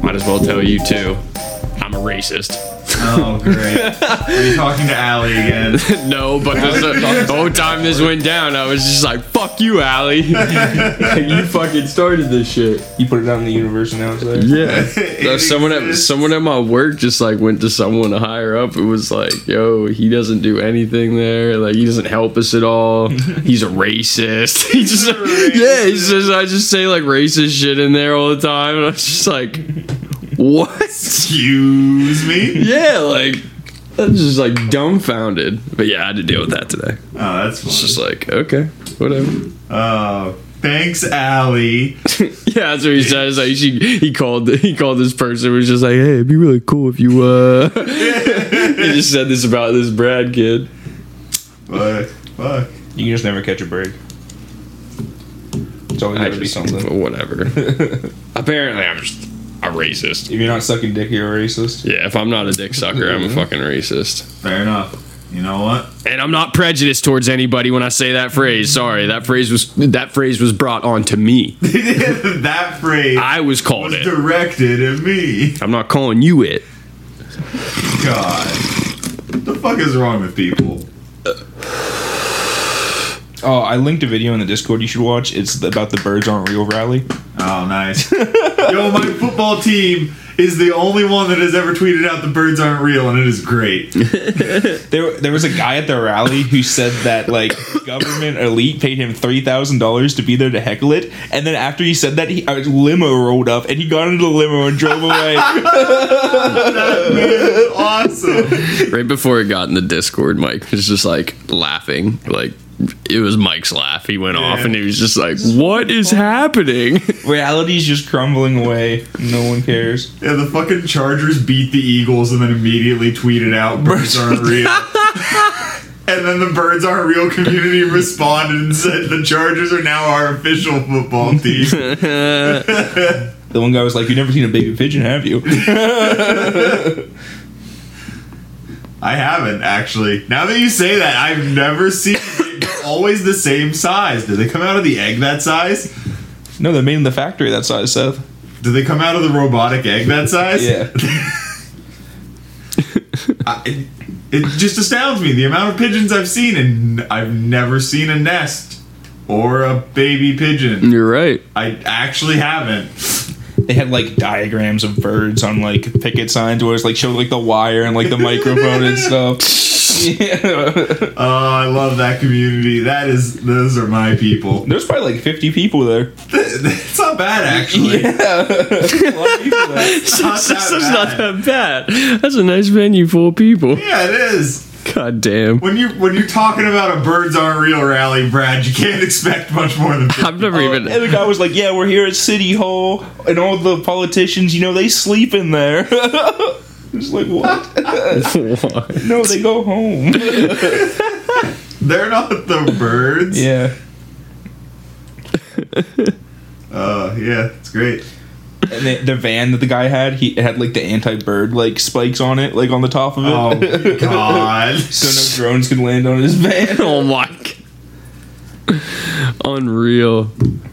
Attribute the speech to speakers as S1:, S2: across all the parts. S1: might as well tell you too. I'm a racist.
S2: Oh, great. Are you talking to Allie again?
S1: no, but this, uh, the whole time this went down, I was just like, "Fuck you, Allie." you fucking started this shit.
S3: You put it out in the universe and now it's there.
S1: Yeah.
S2: It
S1: Uh, someone at
S2: exists.
S1: someone at my work just like went to someone higher up. It was like, yo, he doesn't do anything there. Like he doesn't help us at all. He's a racist. he just yeah. He says I just say like racist shit in there all the time, and I'm just like, what?
S2: Excuse me?
S1: yeah, like I'm just like dumbfounded. But yeah, I had to deal with that today.
S2: Oh, that's
S1: It's just
S2: funny.
S1: like okay, whatever.
S2: Oh, thanks, Allie.
S1: Yeah, that's what he said. It's Like she, he called, he called this person. Was just like, hey, it'd be really cool if you. uh He just said this about this Brad kid.
S2: Fuck. Fuck.
S3: You can just never catch a break. It's always
S1: I just,
S3: gotta be something.
S1: whatever.
S3: if
S1: Apparently, I'm just a racist.
S3: you're not sucking dick, you're a racist.
S1: Yeah, if I'm not a dick sucker, I'm a
S3: Mm-hmm.
S1: fucking racist.
S2: Fair enough. You know what?
S1: And I'm not prejudiced towards anybody when I say that phrase. Sorry, that phrase was that phrase was brought on to me.
S2: that phrase
S1: I was called
S2: was
S1: it.
S2: directed at me.
S1: I'm not calling you it.
S2: God. The fuck is wrong with people?
S3: Oh, I linked a video in the Discord you should watch. It's about the birds aren't real rally.
S2: Oh, nice. Yo, my football team is the only one that has ever tweeted out the birds aren't real, and it is great.
S3: There, there was a guy at the rally who said that like government elite paid him three thousand dollars to be there to heckle it, and then after he said that, he, a limo rolled up and he got into the limo and drove away.
S2: awesome.
S1: Right before it got in the Discord, Mike was just like laughing. Like it was Mike's laugh. He went off and he was just like, "What is happening?"
S3: Reality's just crumbling away. No one cares.
S2: Yeah, the fucking Chargers beat the Eagles and then immediately tweeted out birds aren't real. and then the birds aren't real community responded and said the Chargers are now our official football team.
S3: The one guy was like, "You've never seen a baby pigeon, have you?"
S2: I haven't actually. Now that you say that, I've never seen it's always the same size. Did they come out of the egg that size?
S3: no, they made in the factory that size, Seth.
S2: Did they come out of the robotic egg that size?
S3: Yeah.
S2: I, it, it just astounds me the amount of pigeons I've seen, and I've never seen a nest or a baby pigeon.
S1: You're right.
S2: I actually haven't.
S3: they had like diagrams of birds on like picket signs where it's like showed like the wire and like the microphone and stuff. Yeah.
S2: Oh, I love that community. That is, those are my people.
S3: There's probably like 50 people there.
S2: It's not bad actually.
S3: Yeah. A lot of people
S2: not
S3: there.
S2: that
S1: bad.
S2: bad.
S1: That's a nice venue for people.
S2: Yeah, it is.
S1: God damn.
S2: When you when you're talking about a birds aren't real rally, Brad, you can't expect much more than.
S1: I've never even.
S3: And the guy was like, "Yeah, we're here at City Hall, and all the politicians, you know, they sleep in there." It's like what? No, they go home.
S2: They're not the birds.
S3: yeah. Oh,
S2: Uh, yeah, it's great.
S3: And the, the van that the guy had, he it had like the anti-bird like spikes on it, like on the top of it,
S2: Oh God.
S3: so no drones could land on his van.
S1: oh my. g- Unreal.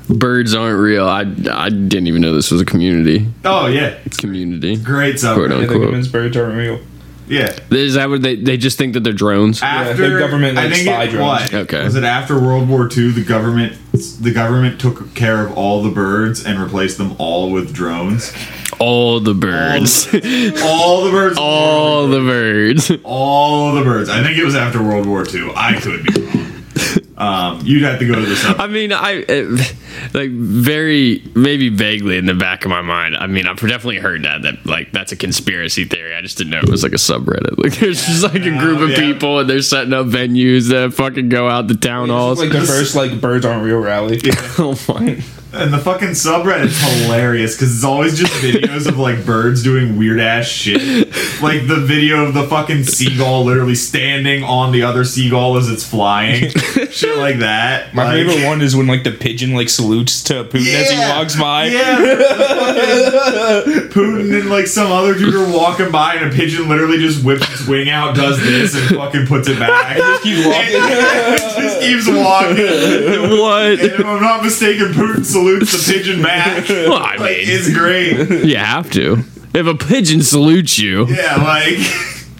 S1: Birds aren't real. I, I didn't even know this was a community.
S2: Oh yeah,
S1: Community.
S2: great
S1: Quote
S2: subreddit.
S3: Yeah, the
S1: unquote.
S3: government's birds aren't real.
S2: Yeah.
S1: Is that what they, they just think that they're drones?
S2: After
S3: the government,
S2: I
S3: like,
S2: think
S3: spy
S2: it
S3: drones.
S2: what?
S1: Okay.
S2: Was it after World War II? The government the government took care of all the birds and replaced them all with drones.
S1: All the birds.
S2: All the birds.
S1: All the birds.
S2: all the birds. I think it was after World War II. I could be wrong. Um, you'd have to go to the sub.
S1: I mean, I it, like very maybe vaguely in the back of my mind. I mean, I've definitely heard that that like that's a conspiracy theory. I just didn't know it was like a subreddit. Like there's just like a group of
S2: yeah.
S1: people and they're setting up venues that fucking go out to town halls.
S3: It's like the first like birds aren't real rally.
S1: oh my!
S2: And the fucking subreddit's hilarious because it's always just videos of like birds doing weird ass shit. Like the video of the fucking seagull literally standing on the other seagull as it's flying. shit like that.
S3: My
S2: Like-
S3: favorite one is when like the pigeon like salutes to Putin as he
S2: Yeah.
S3: walks by.
S2: Yeah. Fucking Putin and like some other dude are walking by and a pigeon literally just whips its wing out, does this, and fucking puts it back. just
S3: keeps walking.
S2: just keeps walking. And
S1: What?
S2: if I'm not mistaken, Putin salutes the pigeon back.
S1: Well, I
S2: Like,
S1: mean-
S2: it's great.
S1: You have to. If a pigeon salutes you.
S2: Yeah, like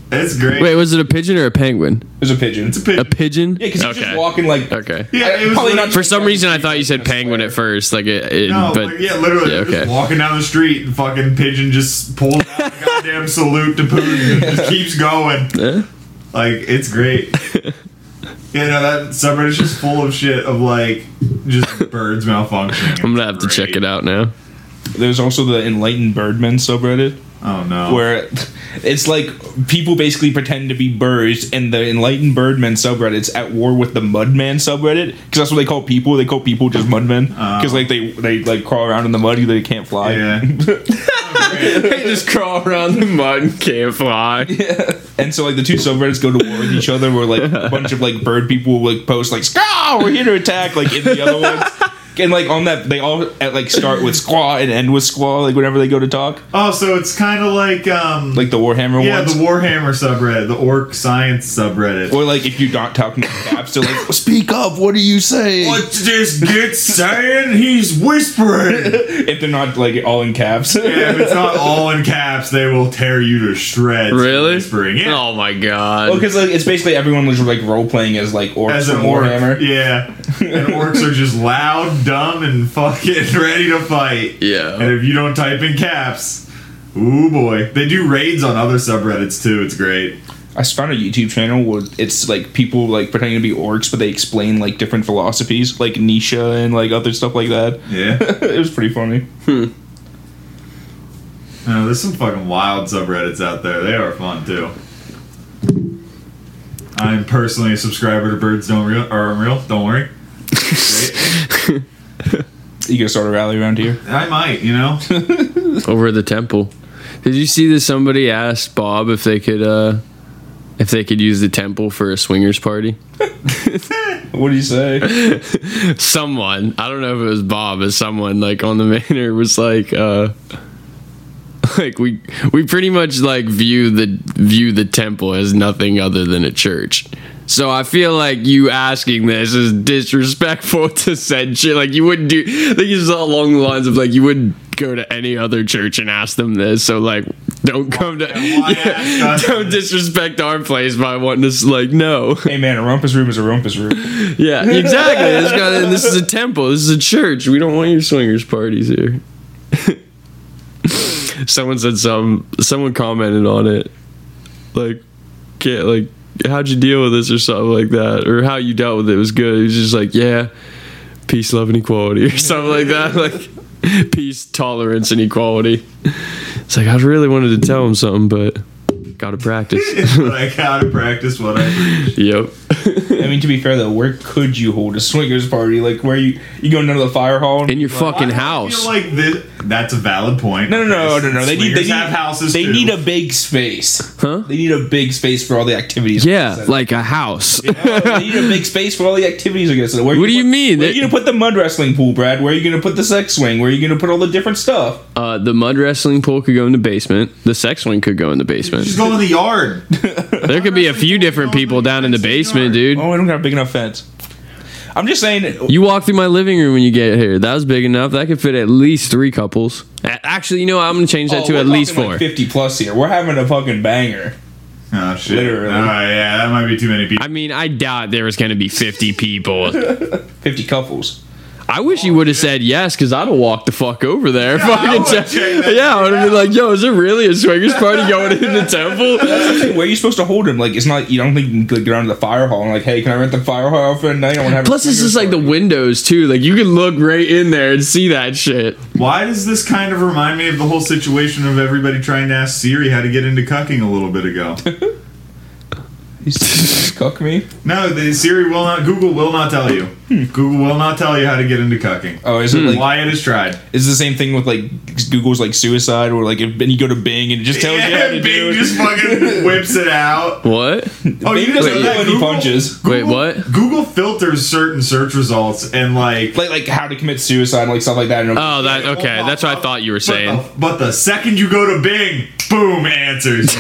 S2: it's great.
S1: Wait, was it a pigeon or a penguin?
S3: There's a pigeon.
S2: It's a pigeon.
S1: A pigeon?
S3: yeah, because he's
S1: okay. Uh,
S3: just walking like.
S1: Okay.
S2: yeah, it was
S3: Probably not
S2: literally-
S1: For some reason, I thought you said penguin at first. Like, it, it-
S2: No,
S1: but
S2: like, yeah, literally,
S1: Yeah,
S2: they're
S1: okay.
S2: just walking down the street, and fucking pigeon just pulls out a goddamn salute to Putin and just keeps going.
S1: Eh?
S2: Like, it's great. You know, that subreddit's just full of shit of, like, just birds malfunctioning.
S1: I'm gonna have to check it out now.
S3: There's also the Enlightened Birdmen subreddit
S2: Oh, no.
S3: where it's like people basically pretend to be birds, and the Enlightened Birdmen subreddit's at war with the Mudman subreddit because that's what they call people. They call people just Mudmen because like they they like crawl around in the mud, they can't fly.
S2: Ah. Yeah.
S1: They just crawl around the mud and can't fly.
S3: And so like the two subreddits go to war with each other where like a bunch of like bird people will like post like Scaw, we're here to attack like in the other ones. And like on that they all at, like start with squaw and end with squaw, like whenever they go to talk.
S2: Oh, so it's kind of like, um,
S3: Like the Warhammer
S2: yeah, the
S3: ones.
S2: Warhammer subreddit, the Orc Science subreddit.
S3: or like if you're not talking to caps, they're like, speak up, what are you saying?
S2: What's this git saying? He's whispering.
S3: If they're not like all in caps.
S2: Yeah, if it's not all in caps, they will tear you to shreds. for
S1: Really?
S2: Whispering. Yeah.
S1: Oh my god.
S3: Because like it's basically everyone was like role playing as like orcs
S2: As
S3: as
S2: an orc,
S3: Warhammer.
S2: yeah, and orcs are just loud, dumb, and fucking ready to fight.
S1: Yeah.
S2: And if you don't type in caps, ooh boy, they do raids on other subreddits too. It's great.
S3: I found a YouTube channel where it's like people like pretending to be orcs, but they explain like different philosophies, like Nisha and like other stuff like that.
S2: Yeah,
S3: it was pretty funny.
S2: no, there's some fucking wild subreddits out there. They are fun too. I'm personally a subscriber to Birds Don't Real or Unreal. Don't worry. Great.
S3: You gonna start a rally around here?
S2: I might, you know.
S1: Over the temple. Did you see that somebody asked Bob if they could uh if they could use the temple for a swingers party?
S3: What do you say?
S1: someone i don't know if it was bob but someone like on the manor was like uh like we we pretty much like view the view the temple as nothing other than a church so i feel like you asking this is disrespectful to said shit like you wouldn't do i think it's along the lines of like you wouldn't go to any other church and ask them this so like don't come to
S2: why ask us?
S1: don't disrespect our place by wanting us like no
S3: hey man, a rumpus room is a rumpus room.
S1: yeah, exactly. This, guy, this is a temple. This is a church. We don't want your swingers parties here. someone said some. Someone commented on it, like, can't like, how'd you deal with this or something like that, or how you dealt with it was good. It was just like, yeah, peace, love, and equality, or something like that, like peace, tolerance, and equality. It's like I really wanted to tell him something, but gotta practice.
S2: but I gotta practice what I preach.
S1: yep.
S3: I mean, to be fair though, where could you hold a swingers party? Like where you you go into the fire hall?
S1: In your fucking
S2: Why do I
S1: house.
S2: feel like this, that's a valid point.
S3: no, no, no,
S2: Okay,
S3: no, no. They need they
S2: swingers
S3: need
S2: have houses.
S3: They
S2: too.
S3: need a big space.
S1: Huh?
S3: They need a big space for all the activities.
S1: Yeah, like a house.
S3: they need a big space for all the activities. I guess. Where
S1: What do you
S3: put-
S1: mean?
S3: Where are
S1: They-
S3: you gonna put the mud wrestling pool, Brad? Where are you gonna put the sex swing? Where are you gonna put all the different stuff?
S1: Uh, the mud wrestling pool could go in the basement. The sex swing could go in the basement.
S2: Just go in the yard.
S1: There could be a few different people down in the basement, dude.
S3: Oh, I don't got a big enough fence. I'm just saying.
S1: You walk through my living room when you get here. That was big enough. That could fit at least three couples. A- Actually, you know what? I'm gonna change that
S3: Oh,
S1: to
S3: we're
S1: at least
S3: talking
S1: four.
S3: like 50 plus here. We're having a fucking banger.
S2: Oh shit!
S3: Literally.
S2: Oh yeah, that might be too many people.
S1: I mean, I doubt there was gonna be 50 people.
S3: 50 couples.
S1: I wish you would have said yes, because I'd have walked the fuck over there. Yeah,
S2: I
S1: Fucking
S2: would've
S1: te-
S2: checked that
S1: yeah, I would have been like, "Yo, is there really a swingers party going in the temple?"
S3: Hey, Where are you supposed to hold them? Like, it's not, you don't think you can like, go down to the fire hall and, like, hey, can I rent the fire hall for a night? I want to have a
S1: Plus, this
S3: swingers
S1: is like the
S3: party."
S1: windows too. Like you can look right in there and see that shit.
S2: Why does this kind of remind me of the whole situation of everybody trying to ask Siri how to get into cucking a little bit ago?
S3: Is Siri gonna cuck me?
S2: No, the Siri will not. Google will not tell you. Google will not tell you how to get into cucking.
S3: Oh, is it Hmm. like
S2: Wyatt has tried.
S3: is the same thing with like Google's like suicide or like if and you go to Bing and it just tells you how
S2: Yeah,
S3: to
S2: Bing
S3: do it.
S2: just fucking whips it out.
S1: What?
S2: Oh, you
S3: Bing
S2: just
S3: doesn't
S2: know
S3: know
S2: that
S3: any
S2: Google-
S3: punches.
S1: Wait, what?
S2: Google filters certain search results and like.
S3: Like like how to commit suicide and like stuff like that. And
S1: Oh, that okay. That's what I thought you were
S2: But
S1: saying.
S2: the, but the second you go to Bing, boom, answers.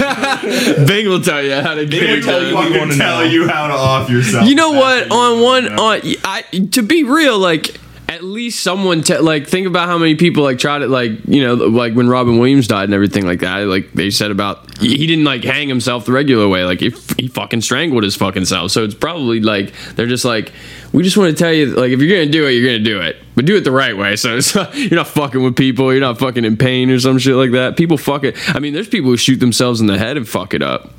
S1: Bing will tell you how to get
S2: Bing
S1: it
S2: will
S3: tell
S1: done.
S3: you what you
S2: fucking
S3: wanna
S2: tell
S3: know.
S2: you how to off yourself.
S1: You know what?
S2: That's
S1: On
S2: you
S1: one,
S2: wanna know.
S1: on I to be real, like at least someone te- like think about how many people like tried it, like you know, like when Robin Williams died and everything like that. Like they said about he he didn't like hang himself the regular way. Like if he fucking strangled his fucking self, so it's probably like they're just like we just want to tell you like if you're gonna do it, you're gonna do it, but do it the right way. So it's not, you're not fucking with people, you're not fucking in pain or some shit like that. People fuck it. I mean, there's people who shoot themselves in the head and fuck it up.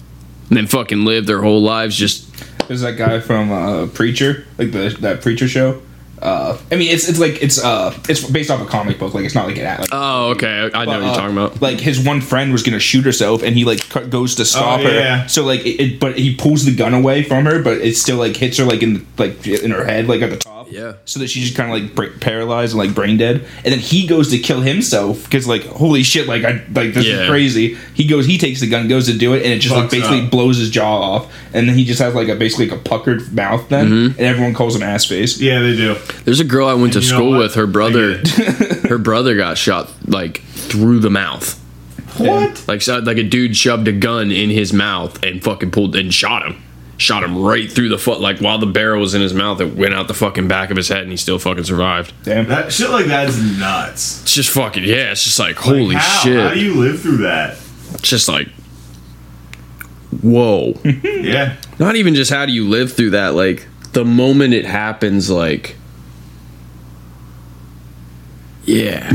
S1: And then fucking live their whole lives just
S3: There's that guy from uh, Preacher, like the that Preacher show. Uh, I mean, it's it's like it's uh it's based off a comic book. Like it's not like an act. Like,
S1: Oh, okay. I know what you're
S3: uh,
S1: talking about.
S3: Like his one friend was gonna shoot herself, and he like cut- goes to stop
S2: Oh,
S3: her.
S2: yeah.
S3: So like, it, it- but he pulls the gun away from her, but it still like hits her like in like in her head, like at the top.
S1: Yeah.
S3: So that she's just kind of like bra- paralyzed and like brain dead. And then he goes to kill himself because like holy shit, like I like this
S1: Yeah.
S3: is crazy. He goes, he takes the gun, goes to do it, and it just like
S2: Fucks
S3: basically
S2: up.
S3: blows his jaw off, and then he just has like a basically like, a puckered mouth then,
S1: Mm-hmm.
S3: and everyone calls him ass face.
S2: Yeah, they do.
S1: There's a girl I went to
S2: And you know
S1: school
S2: what?
S1: with. Her
S2: I
S1: brother, her brother got shot like through the mouth.
S2: What?
S1: Like so, like a dude shoved a gun in his mouth and fucking pulled and shot him. Shot him right through the foot. Like while the barrel was in his mouth, it went out the fucking back of his head, and he still fucking survived.
S3: Damn.
S2: That shit like that is nuts.
S1: It's just fucking yeah. It's just like holy
S2: how?
S1: shit.
S2: How do you live through that?
S1: it's just like whoa.
S2: Yeah.
S1: Not even just how do you live through that. Like the moment it happens, like Yeah.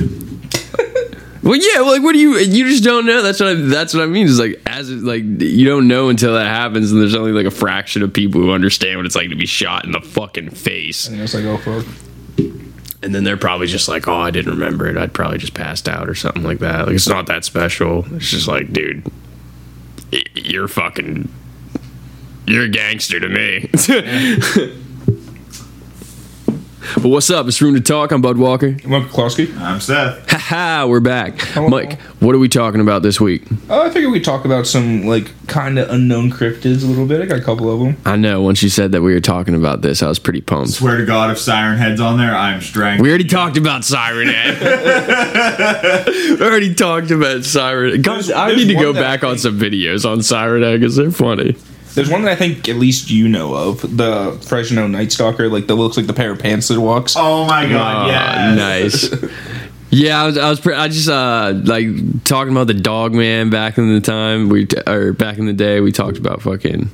S1: well, yeah. Like, what do you? You just don't know. That's what I. That's what I mean. Is like as it, like you don't know until that happens, and there's only like a fraction of people who understand what it's like to be shot in the fucking face.
S3: And it's like oh fuck.
S1: And then they're probably just like, oh, I didn't remember it. I'd probably just passed out or something like that. Like it's not that special. It's just like, dude, y- you're fucking. You're a gangster to me. but what's up? It's room to talk. I'm Bud Walker.
S3: Mark Klosky.
S2: I'm Seth.
S1: Haha, we're back.
S3: Hello.
S1: Mike, what are we talking about this week?
S3: Oh, I figured we'd talk about some like kind of unknown cryptids a little bit. I got a couple of them.
S1: I know when she said that we were talking about this, I was pretty pumped.
S2: Swear to God, if Siren Head's on there, I'm strangled.
S1: We already talked about Siren Head. we already talked about Siren Guys, I
S3: There's-
S1: need to
S3: there's
S1: go
S3: one that I
S1: back on some videos on Siren Head because they're funny.
S3: There's one that I think at least you know of, the Fresno Night Stalker, like that looks like the pair of pants that walks.
S2: Oh my
S3: Uh,
S2: God!
S1: Aw,
S2: yes.
S1: Ah, Nice. Yeah, I was, I was, pre- I just uh, like talking about the dog man back in the time we, t- or back in the day, we talked about fucking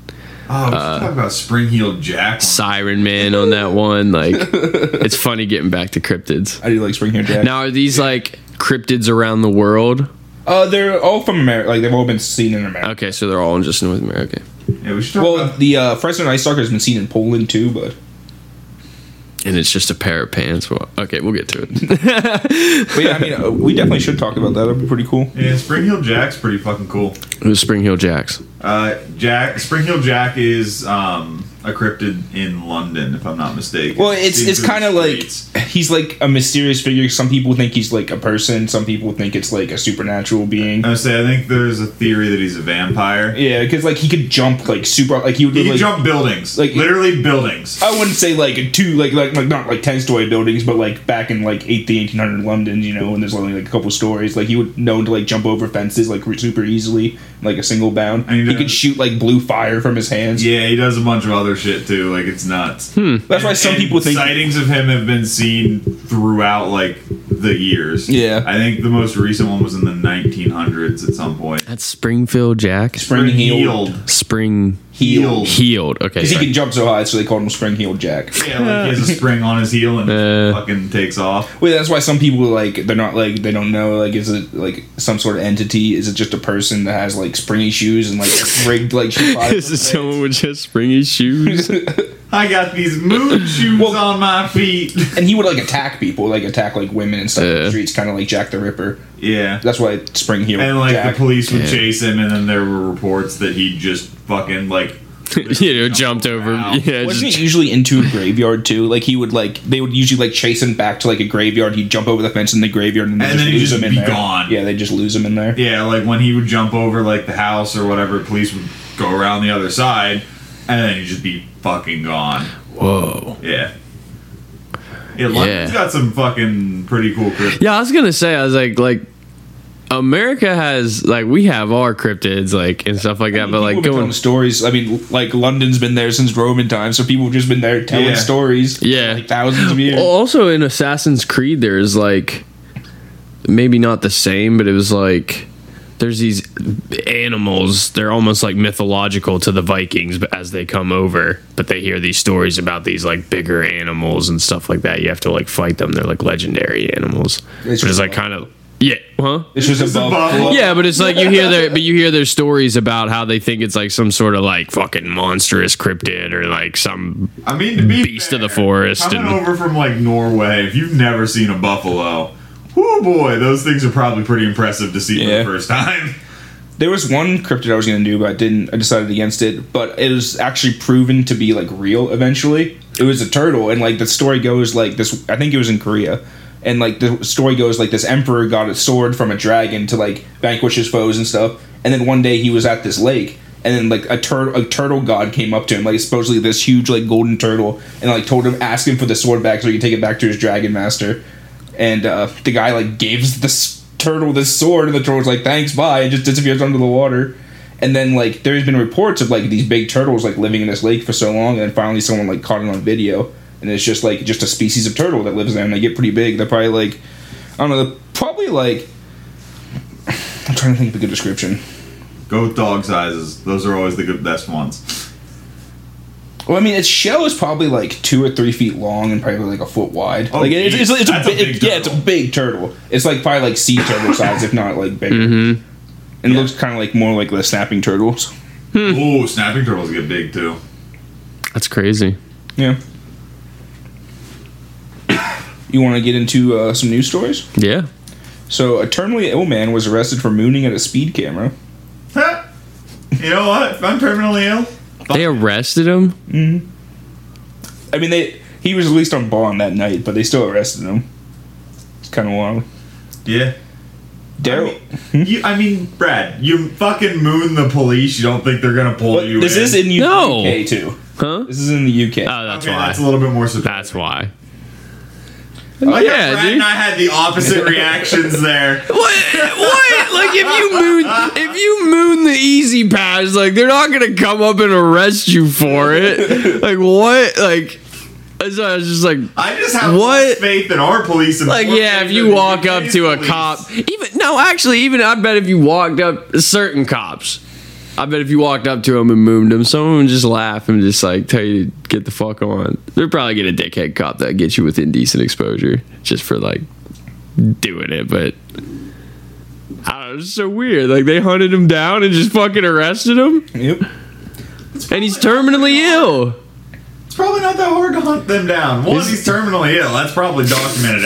S2: Oh, we should
S3: Uh,
S2: talk about Spring Heeled Jack.
S1: Siren Man on that one. Like, it's funny getting back to cryptids.
S3: I do like Spring Hair Jack.
S1: Now, are these like cryptids around the world?
S3: uh, they're all from America. Like they've all been seen in America.
S1: Okay, so they're all in just North America. Okay.
S2: Yeah, we should talk
S3: Well,
S2: about.
S3: the uh, Fresno Night Stalker has been seen in Poland too, but
S1: And it's just a pair of pants. Well, okay, we'll get to it.
S3: but yeah, I mean, uh, we definitely should talk about that. That'd be pretty cool.
S2: Yeah, Spring Heeled Jack's pretty fucking cool.
S1: it was Spring Hill Jacks.
S2: Uh, Jack Spring Heeled Jack is um, a cryptid in London, if I'm not mistaken.
S3: Well, it's
S2: Seen
S3: it's
S2: through the
S3: kind of like
S2: streets.
S3: he's like a mysterious figure. Some people think he's like a person. Some people think it's like a supernatural being.
S2: I would say I think there's a theory that he's a vampire.
S3: Yeah, because like he could jump like super. Like he would
S2: He can
S3: like,
S2: jump buildings,
S3: like- Oh.
S2: like literally buildings.
S3: I wouldn't say like two like like, like not like ten story buildings, but like back in like eighteen eighteen hundred London, you know, and there's only like a couple stories. Like he would known to like jump over fences like re- super easily, like a single bound.
S2: And he
S3: he
S2: does-
S3: could shoot like blue fire from his hands.
S2: uh, Yeah, he does a bunch of other shit too. Like it's nuts.
S3: Hmm. That's why some
S2: And
S3: people think
S2: sightings of him have been seen throughout like the years.
S3: Yeah.
S2: I think the most recent one was in the 1900s at some point.
S1: That's Springfield Jacks.
S3: spring heeled
S1: Spring
S3: heel.
S2: Heel.
S1: healed. Okay.
S3: Because he
S1: sorry.
S3: can jump so high, so they called him Spring Heel Jack.
S2: Yeah, like he has a spring on his heel and
S1: Uh.
S2: fucking takes off.
S3: Wait, that's why some people like they're not like they don't know like is it like some sort of entity? Is it just a person that has like springy shoes and like rigged like shoe
S1: Is it someone with just springy shoes?
S2: I got these moon shoes on my feet.
S3: and he would like attack people, like attack like women and stuff in
S1: Yeah.
S3: the streets, kind of like Jack the Ripper.
S2: yeah.
S3: That's why Spring Heel
S2: And like
S3: Jack.
S2: the police would
S1: Yeah.
S2: chase him, and then there were reports that he just fucking like
S1: you know, jumped over. Yeah,
S3: Wasn't
S1: just-
S3: he usually into a graveyard too? Like he would like they would usually like chase him back to like a graveyard. He'd jump over the fence in the graveyard and,
S2: And then he'd
S3: lose
S2: just
S3: him in
S2: be
S3: there.
S2: gone.
S3: Yeah, they just lose him in there.
S2: Yeah, like when he would jump over like the house or whatever, police would go around the other side, and then he'd just be fucking gone.
S1: whoa.
S2: Yeah. Yeah,
S1: Yeah.
S2: London's got some fucking pretty cool cryptids.
S1: Yeah, I was gonna say, I was like, like America has like we have our cryptids like and stuff like that, but
S3: People
S1: like
S3: have been telling
S1: going
S3: stories. I mean, like London's been there since Roman times, so people have just been there telling
S2: Yeah.
S3: stories. for,
S1: Yeah. Oh.
S3: like thousands of years.
S1: also in Assassin's Creed, there's like maybe not the same, but it was like there's these animals. They're almost like mythological to the Vikings but as they come over, but they hear these stories about these like bigger animals and stuff like that. You have to like fight them. They're like legendary animals,
S3: It's
S1: which is like kind of yeah, huh?
S3: This was
S2: It's
S3: above.
S2: above-
S3: above-
S1: Yeah, but it's like you hear their but you hear their stories about how they think it's like some sort of like fucking monstrous cryptid or like some
S2: I mean, to be
S1: beast of the
S2: fair,
S1: forest
S2: Coming
S1: and
S2: over from like Norway, if you've never seen a buffalo, whoo boy, those things are probably pretty impressive to see
S3: Yeah.
S2: for the first time.
S3: There was one cryptid I was gonna do, but I didn't. I decided against it. But it was actually proven to be like real. Eventually, it was a turtle, and like the story goes, like this. I think it was in Korea, and like the story goes, like this emperor got a sword from a dragon to like vanquish his foes and stuff. And then one day he was at this lake, and then like a turtle, a turtle god came up to him, like supposedly this huge like golden turtle, and like told him, ask him for the sword back so he can take it back to his dragon master and uh, the guy like gives the s- turtle this sword, and the turtle's like, "Thanks, bye," and just disappears under the water. And then like there's been reports of like these big turtles like living in this lake for so long, and then finally someone like caught it on video, and it's just like just a species of turtle that lives there, and they get pretty big. They're probably like I don't know, they're probably like I'm trying to think of a good description.
S2: Goat dog sizes; those are always the good best ones.
S3: Well, I mean, its shell is probably like two or three feet long and probably like a foot wide.
S2: Oh,
S3: like it's, it's, it's a,
S2: that's a
S3: big,
S2: big
S3: yeah, it's a
S2: turtle.
S3: big turtle. It's like probably like sea turtle size, if not like bigger. And it looks kind of like more like the snapping turtles.
S1: Hmm.
S2: Ooh, snapping turtles get big too.
S1: that's crazy.
S3: Yeah. You want to get into uh, some news stories?
S1: Yeah.
S3: So, a terminally ill man was arrested for mooning at a speed camera.
S2: Huh. you know what? If I'm terminally ill,
S1: They arrested him?
S3: I mean, they he was released on bond that night, but they still arrested him. It's kind of wild.
S2: yeah.
S3: Daryl,
S1: Hmm?
S2: You, I mean, Brad, you fucking moon the police. You don't think they're gonna pull you?
S3: this
S2: in.
S3: is in
S1: No.
S3: UK too.
S1: Huh?
S3: This is in the UK.
S1: Oh, that's
S2: okay,
S1: why.
S2: That's
S1: That's,
S2: a little bit more. surprising.
S1: why.
S2: I like how
S1: Yeah,
S2: Brad
S1: dude.
S2: and I had the opposite reactions there.
S1: What? What? Like if you moon if you moon the easy pass, like they're not gonna come up and arrest you for it. Like what? Like so I was just like
S2: I just have
S1: What?
S2: less faith in our police. and
S1: Like
S2: more
S1: yeah,
S2: faith
S1: if
S2: in
S1: you
S2: the
S1: walk up
S2: UK's
S1: to a
S2: police.
S1: cop, even no, actually, even I bet if you walked up certain cops, I bet if you walked up to them and mooned them, some of them just laugh and just like tell you to get the fuck on. They're probably get a dickhead cop that gets you with indecent exposure just for like doing it, but. I don't know, it's so weird. Like they hunted him down and just fucking arrested him,
S3: Yep.
S1: and he's terminally ill.
S2: it's probably not that hard to hunt them down. One, he's terminally ill. That's probably documented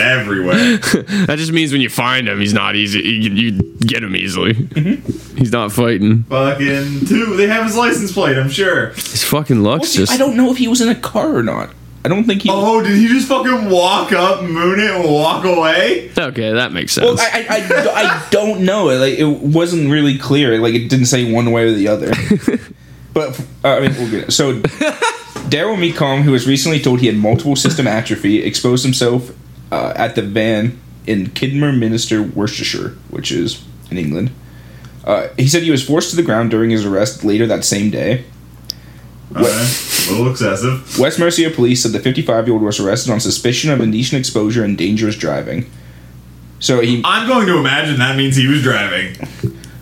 S2: everywhere.
S1: That just means when you find him, he's not easy. You, you get him easily. He's not fighting.
S2: fucking two, they have his license plate. I'm sure.
S1: His fucking luck's just.
S3: I don't know if he was in a car or not. I don't think he.
S2: Oh, did he just fucking walk up, moon it, and walk away?
S1: Okay, that makes sense.
S3: Well, I, I, I, I don't know. Like it wasn't really clear. Like it didn't say one way or the other. but uh, I mean, we'll get it. so. Daryl Mecom, who was recently told he had multiple system atrophy, exposed himself uh, at the van in Kidmer Minster, Worcestershire, which is in England. Uh, he said he was forced to the ground during his arrest later that same day.
S2: Okay, a little excessive.
S3: West Mercia police said the 55 year old was arrested on suspicion of indecent exposure and dangerous driving. So he
S2: I'm going to imagine that means he was driving.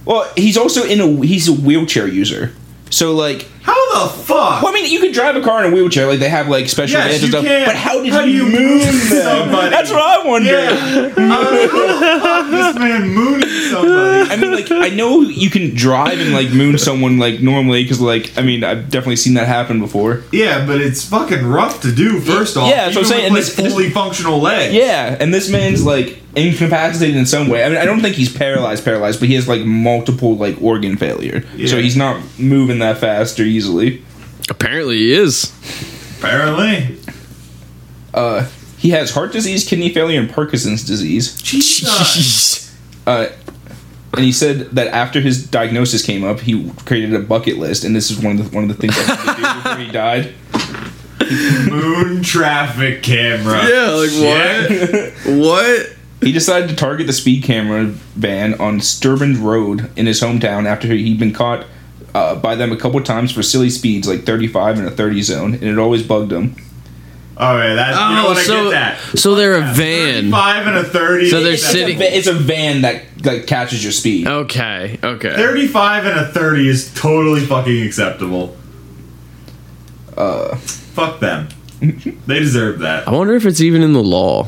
S3: well, he's also in a he's a wheelchair user. So like,
S2: How the fuck?
S3: well, I mean, you can drive a car in a wheelchair, like they have like special
S2: Yes,
S3: vans
S2: you
S3: and stuff.
S2: can.
S3: But how did
S2: How do
S3: you
S2: you
S3: move
S2: move
S3: them?
S2: somebody?
S3: That's what I wonder.
S2: Yeah. Uh, this man mooning somebody.
S3: I mean, like, I know you can drive and like moon someone like normally because like, I mean, I've definitely seen that happen before.
S2: Yeah, but it's fucking rough to do. First off,
S3: Yeah, that's what I'm
S2: even
S3: saying,
S2: with,
S3: and
S2: like,
S3: this-
S2: fully functional legs.
S3: Yeah, and this man's like incapacitated in some way. I mean, I don't think he's paralyzed, paralyzed, but he has like multiple like organ failure,
S2: Yeah.
S3: so he's not moving that fast or easily.
S1: Apparently he is.
S2: Apparently.
S3: Uh, he has heart disease, kidney failure, and Parkinson's disease.
S1: Jeez.
S3: Uh, and he said that after his diagnosis came up, he created a bucket list, and this is one of the one of the things that he did before he died.
S2: Moon traffic camera.
S1: Yeah, like what? what?
S3: He decided to target the speed camera van on Sturbin Road in his hometown after he'd been caught uh, by them a couple times for silly speeds, like 35 in a 30 zone, and it always bugged him.
S2: Oh yeah, that you know
S1: Oh,
S2: what I
S1: so
S2: get that.
S1: so they're a van.
S2: Five and a thirty.
S1: So they're
S2: That's-
S1: sitting-
S3: a, va- it's a van that like catches your speed.
S1: Okay, okay.
S2: Thirty-five and a thirty is totally fucking acceptable.
S3: Uh,
S2: Fuck them. they deserve that.
S1: I wonder if it's even in the law.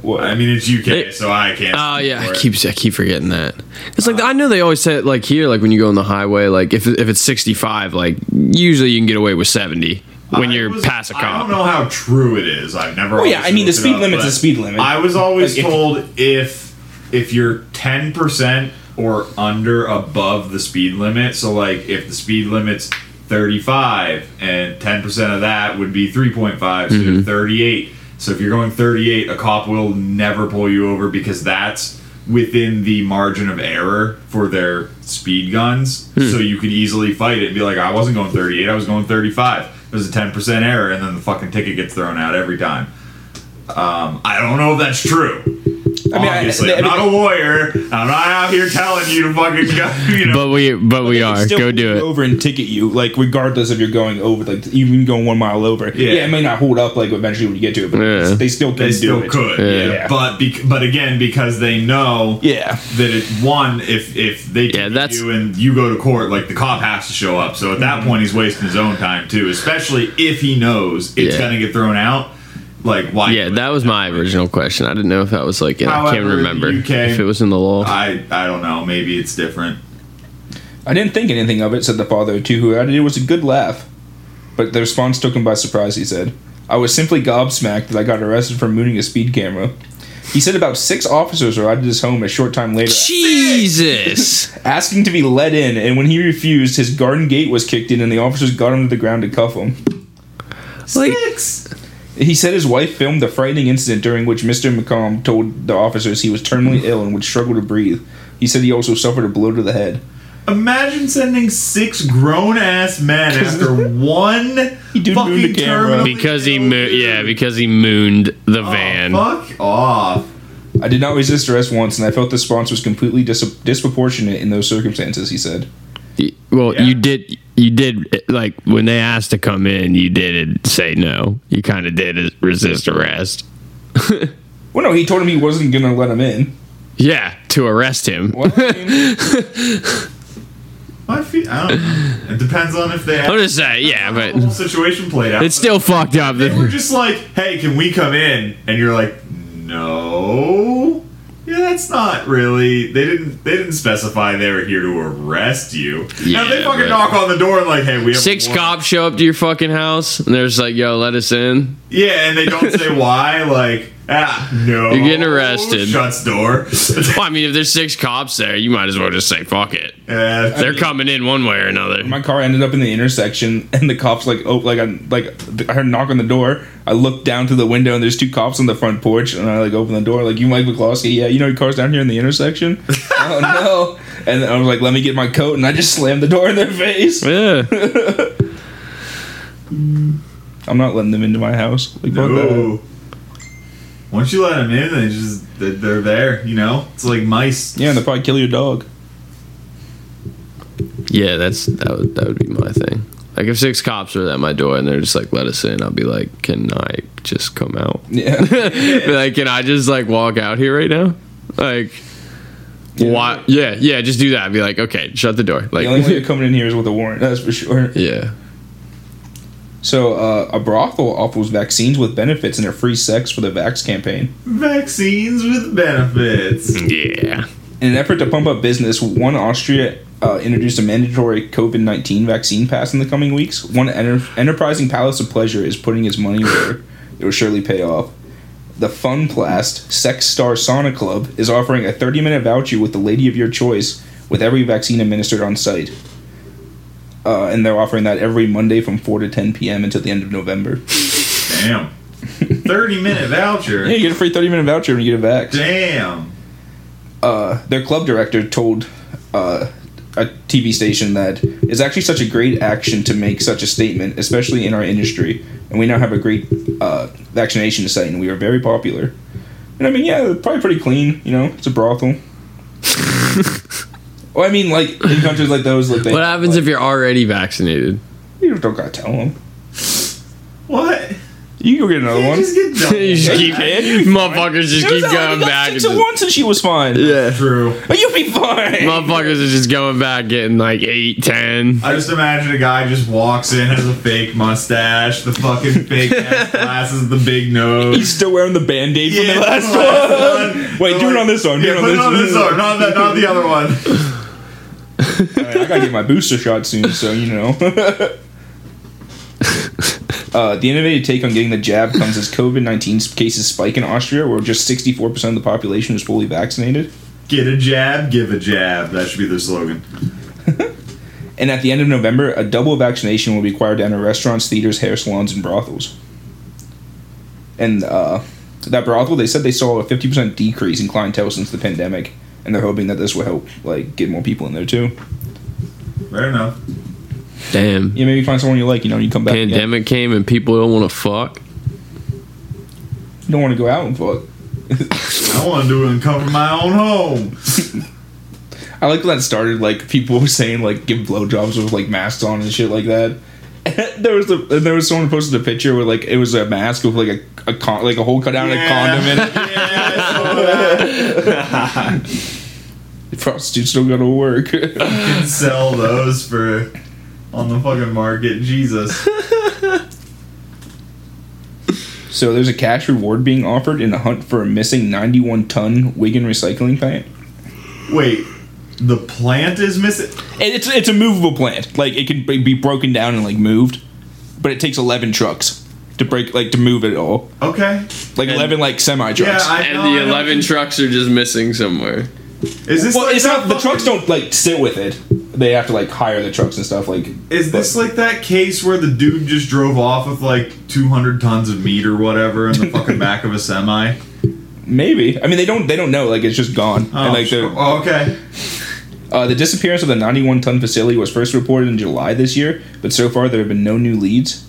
S3: what?
S2: I mean, it's UK,
S1: They-
S2: so I can't.
S1: Oh
S2: speak
S1: yeah, Uh.
S2: for
S1: I
S2: it.
S1: keep I keep forgetting that. It's like I know they always say it, like here, like when you go on the highway, like if if it's sixty five, like usually you can get away with seventy when
S2: I
S1: you're
S2: was-
S1: past a
S2: I don't
S1: cop.
S2: know how true it is. I've never.
S3: Oh, yeah,
S2: obviously
S3: I mean, the
S2: looked it
S3: speed
S2: up,
S3: limit's
S2: but
S3: a speed limit.
S2: I was always
S3: Like, if-
S2: told if if you're ten percent or under above the speed limit, so like if the speed limit's thirty-five and ten percent of that would be three point five, so you're thirty-eight. So if you're going thirty-eight, a cop will never pull you over because that's within the margin of error for their speed guns so you could easily fight it and be like i wasn't going 38 i was going 35 there's a 10% error and then the fucking ticket gets thrown out every time um, i don't know if that's true
S3: I mean, I-
S2: obviously
S3: I
S2: I, am
S3: mean-
S2: not a lawyer i'm not out here telling you to fucking go you know
S1: But we but we are
S3: still
S1: go
S3: pull you
S1: do it.
S3: over and ticket you like regardless if you're going over like even going one mile over yeah,
S2: Yeah.
S3: it may not hold up like eventually when you get to it but
S1: Yeah.
S3: they still can
S2: they still
S3: do it
S2: could
S1: Yeah.
S2: yeah. but bec- but again because they know
S3: yeah
S2: that it one if if they
S1: Yeah,
S2: ticket
S1: that's-
S2: you and you go to court like the cop has to show up so at that
S3: Mm-hmm.
S2: point he's wasting his own time too especially if he knows it's
S1: Yeah.
S2: gonna get thrown out like why
S1: Yeah, that was my original question. I didn't know if that was like in, I can't
S2: However, the Uh,
S1: remember
S2: UK
S1: if it was in the law.
S2: I I don't know maybe it's different
S3: i didn't think anything of it said the father too who added it was a good laugh but the response took him by surprise he said i was simply gobsmacked that i got arrested for mooning a speed camera he said about six officers arrived at his home a short time later
S1: Jesus.
S3: asking to be let in and when he refused his garden gate was kicked in and the officers got him to the ground to cuff him
S1: like
S3: He said his wife filmed the frightening incident during which Mr. McComb told the officers he was terminally ill and would struggle to breathe. He said he also suffered a blow to the head.
S2: imagine sending six grown ass men after one
S3: He did
S2: fucking
S3: moon the camera.
S2: terminally
S1: because he
S2: ill
S1: mo-
S2: dude.
S1: yeah, because he mooned the
S2: Oh,
S1: van.
S2: fuck off
S3: I did not resist arrest once, and I felt the response was completely dis- disproportionate in those circumstances, he said.
S1: Y- Well,
S2: Yeah.
S1: you did. You did like when they asked to come in, you did say no. You kind of did resist arrest.
S3: Well, no, he told him he wasn't going to let him in.
S1: Yeah, to arrest him.
S3: Well, I mean,
S2: my feet I don't know it depends on if they
S1: I'm just saying, yeah,
S2: how the whole
S1: but
S2: situation played out
S1: it's still fucked up.
S2: They were just like, "Hey, can we come in?" And you're like, "No." Yeah, that's not really. They didn't. They didn't specify they were here to arrest you. now they
S1: Yeah, but-
S2: fucking knock on the door and like, "Hey, we have a
S1: Six
S2: warrant."
S1: cops show up to your fucking house, and they're just like, "Yo, let us in."
S2: Yeah, and they don't say why. Like, ah, no,
S1: You're getting arrested.
S2: Shuts door.
S1: Well, I mean, if there's six cops there, you might as well just say, "Fuck it."
S2: uh,
S1: They're coming in one way or another.
S3: my car ended up in the intersection, and the cops, like, oh, like, I, like, I heard a knock on the door. I looked down through the window, and there's two cops on the front porch, and I, like, open the door, like, you Mike McCloskey? Yeah, you know your car's down here in the intersection? oh, no. And I was like, let me get my coat, and I just slammed the door in their face.
S1: Yeah,
S3: I'm not letting them into my house. Like, fuck that.
S2: no. Once you let them in, they just they- they're there. You know, it's like mice.
S3: Yeah, and they'll probably kill your dog.
S1: yeah, that's that would that would be my thing. Like if six cops are at my door and they're just like, "Let us in," I'll be like, "Can I just come out?"
S3: Yeah.
S1: Be like, can I just like walk out here right now? Like, why? Yeah, yeah, just do that. Be like, okay, shut the door.
S3: the only way
S1: Like,
S3: you're coming in here is with a warrant, that's for sure.
S1: yeah.
S3: So, uh, a brothel offers vaccines with benefits and a free sex for the Vax campaign.
S2: Vaccines with benefits.
S1: Yeah.
S3: In an effort to pump up business, one Austria uh, introduced a mandatory COVID 19 vaccine pass in the coming weeks. One enter- enterprising palace of pleasure is putting its money where it will surely pay off. The Funplast Sex Star Sauna Club is offering a 30 minute voucher with the lady of your choice with every vaccine administered on site. uh, and they're offering that every Monday from 4 to 10 p.m. until the end of November.
S2: Damn. 30 minute voucher.
S3: Yeah, you get a free 30 minute voucher when you get a vax.
S2: Damn.
S3: uh, their club director told uh, a TV station that it's actually such a great action to make such a statement, especially in our industry. And we now have a great uh, vaccination site, and we are very popular. And I mean, yeah, they're probably pretty clean. You know, it's a brothel. well, I mean, like in countries like those, like they,
S1: What happens
S3: like,
S1: if you're already vaccinated?
S3: you don't gotta tell them?
S2: What?
S3: You go get another
S2: You
S3: one.
S2: just get double.
S1: you just keep Motherfuckers just
S3: She
S1: keep
S3: was out,
S1: going
S3: got
S1: back.
S3: Six
S1: and
S3: to
S1: just-
S3: one since she was fine.
S1: Yeah.
S2: True.
S3: You'll be fine.
S1: Motherfuckers are just going back getting like eight, ten.
S2: I just imagine a guy just walks in, has a fake mustache, the fucking fake ass glasses, the big nose.
S3: He's still wearing the band aid from the last
S2: the last
S3: one. Wait, do it on this arm. Do
S2: Yeah,
S3: it
S2: put it on this
S3: one.
S2: arm, not, that, not the other one.
S3: I, mean, I gotta get my booster shot soon, so you know. uh, the innovative take on getting the jab comes as COVID 19 cases spike in Austria, where just 64% of the population is fully vaccinated.
S2: Get a jab, give a jab. That should be their slogan.
S3: And at the end of November, a double vaccination will be required to enter restaurants, theaters, hair salons, and brothels. And uh, that brothel, they said they saw a 50% decrease in clientele since the pandemic, and they're hoping that this will help like get more people in there too.
S2: Fair enough.
S1: Damn.
S3: Yeah, maybe find someone you like, you know, you come back. again.
S1: Pandemic came and people don't want to fuck.
S3: You don't want to go out and fuck.
S2: I want to do it and cover my own home.
S3: I like when that started. Like people were saying, like give blowjobs with like masks on and shit like that. there was the and there was someone posted a picture where like it was a mask with like a, a con- like a hole cut down and a condom in
S2: Yeah,
S3: it.
S2: I saw that.
S3: Prostitutes don't go to work.
S2: Can Sell those for on the fucking market. Jesus.
S3: so there's a cash reward being offered in a hunt for a missing 91 ton Wigan recycling plant.
S2: Wait, the plant is missing?
S3: And it's it's a movable plant. Like it can be be broken down and like moved, but it takes 11 trucks to break like to move it all.
S2: Okay.
S3: Like 11 like semi
S2: Yeah,
S3: trucks.
S2: I
S1: And
S2: know, I
S1: the
S2: know.
S1: 11 trucks are just missing somewhere.
S2: Is this
S3: Well,
S2: like
S3: it's
S2: that
S3: not the
S2: fucking-
S3: trucks don't like sit with it. They have to like hire the trucks and stuff. Like
S2: Is this like that case where the dude just drove off with like 200 tons of meat or whatever in the fucking back of a semi?
S3: maybe? I mean, they don't. They don't know. Like it's just gone.
S2: Oh,
S3: and like
S2: sure.
S3: the
S2: Oh, okay.
S3: uh, the disappearance of the 91 ton facility was first reported in July this year, but so far there have been no new leads.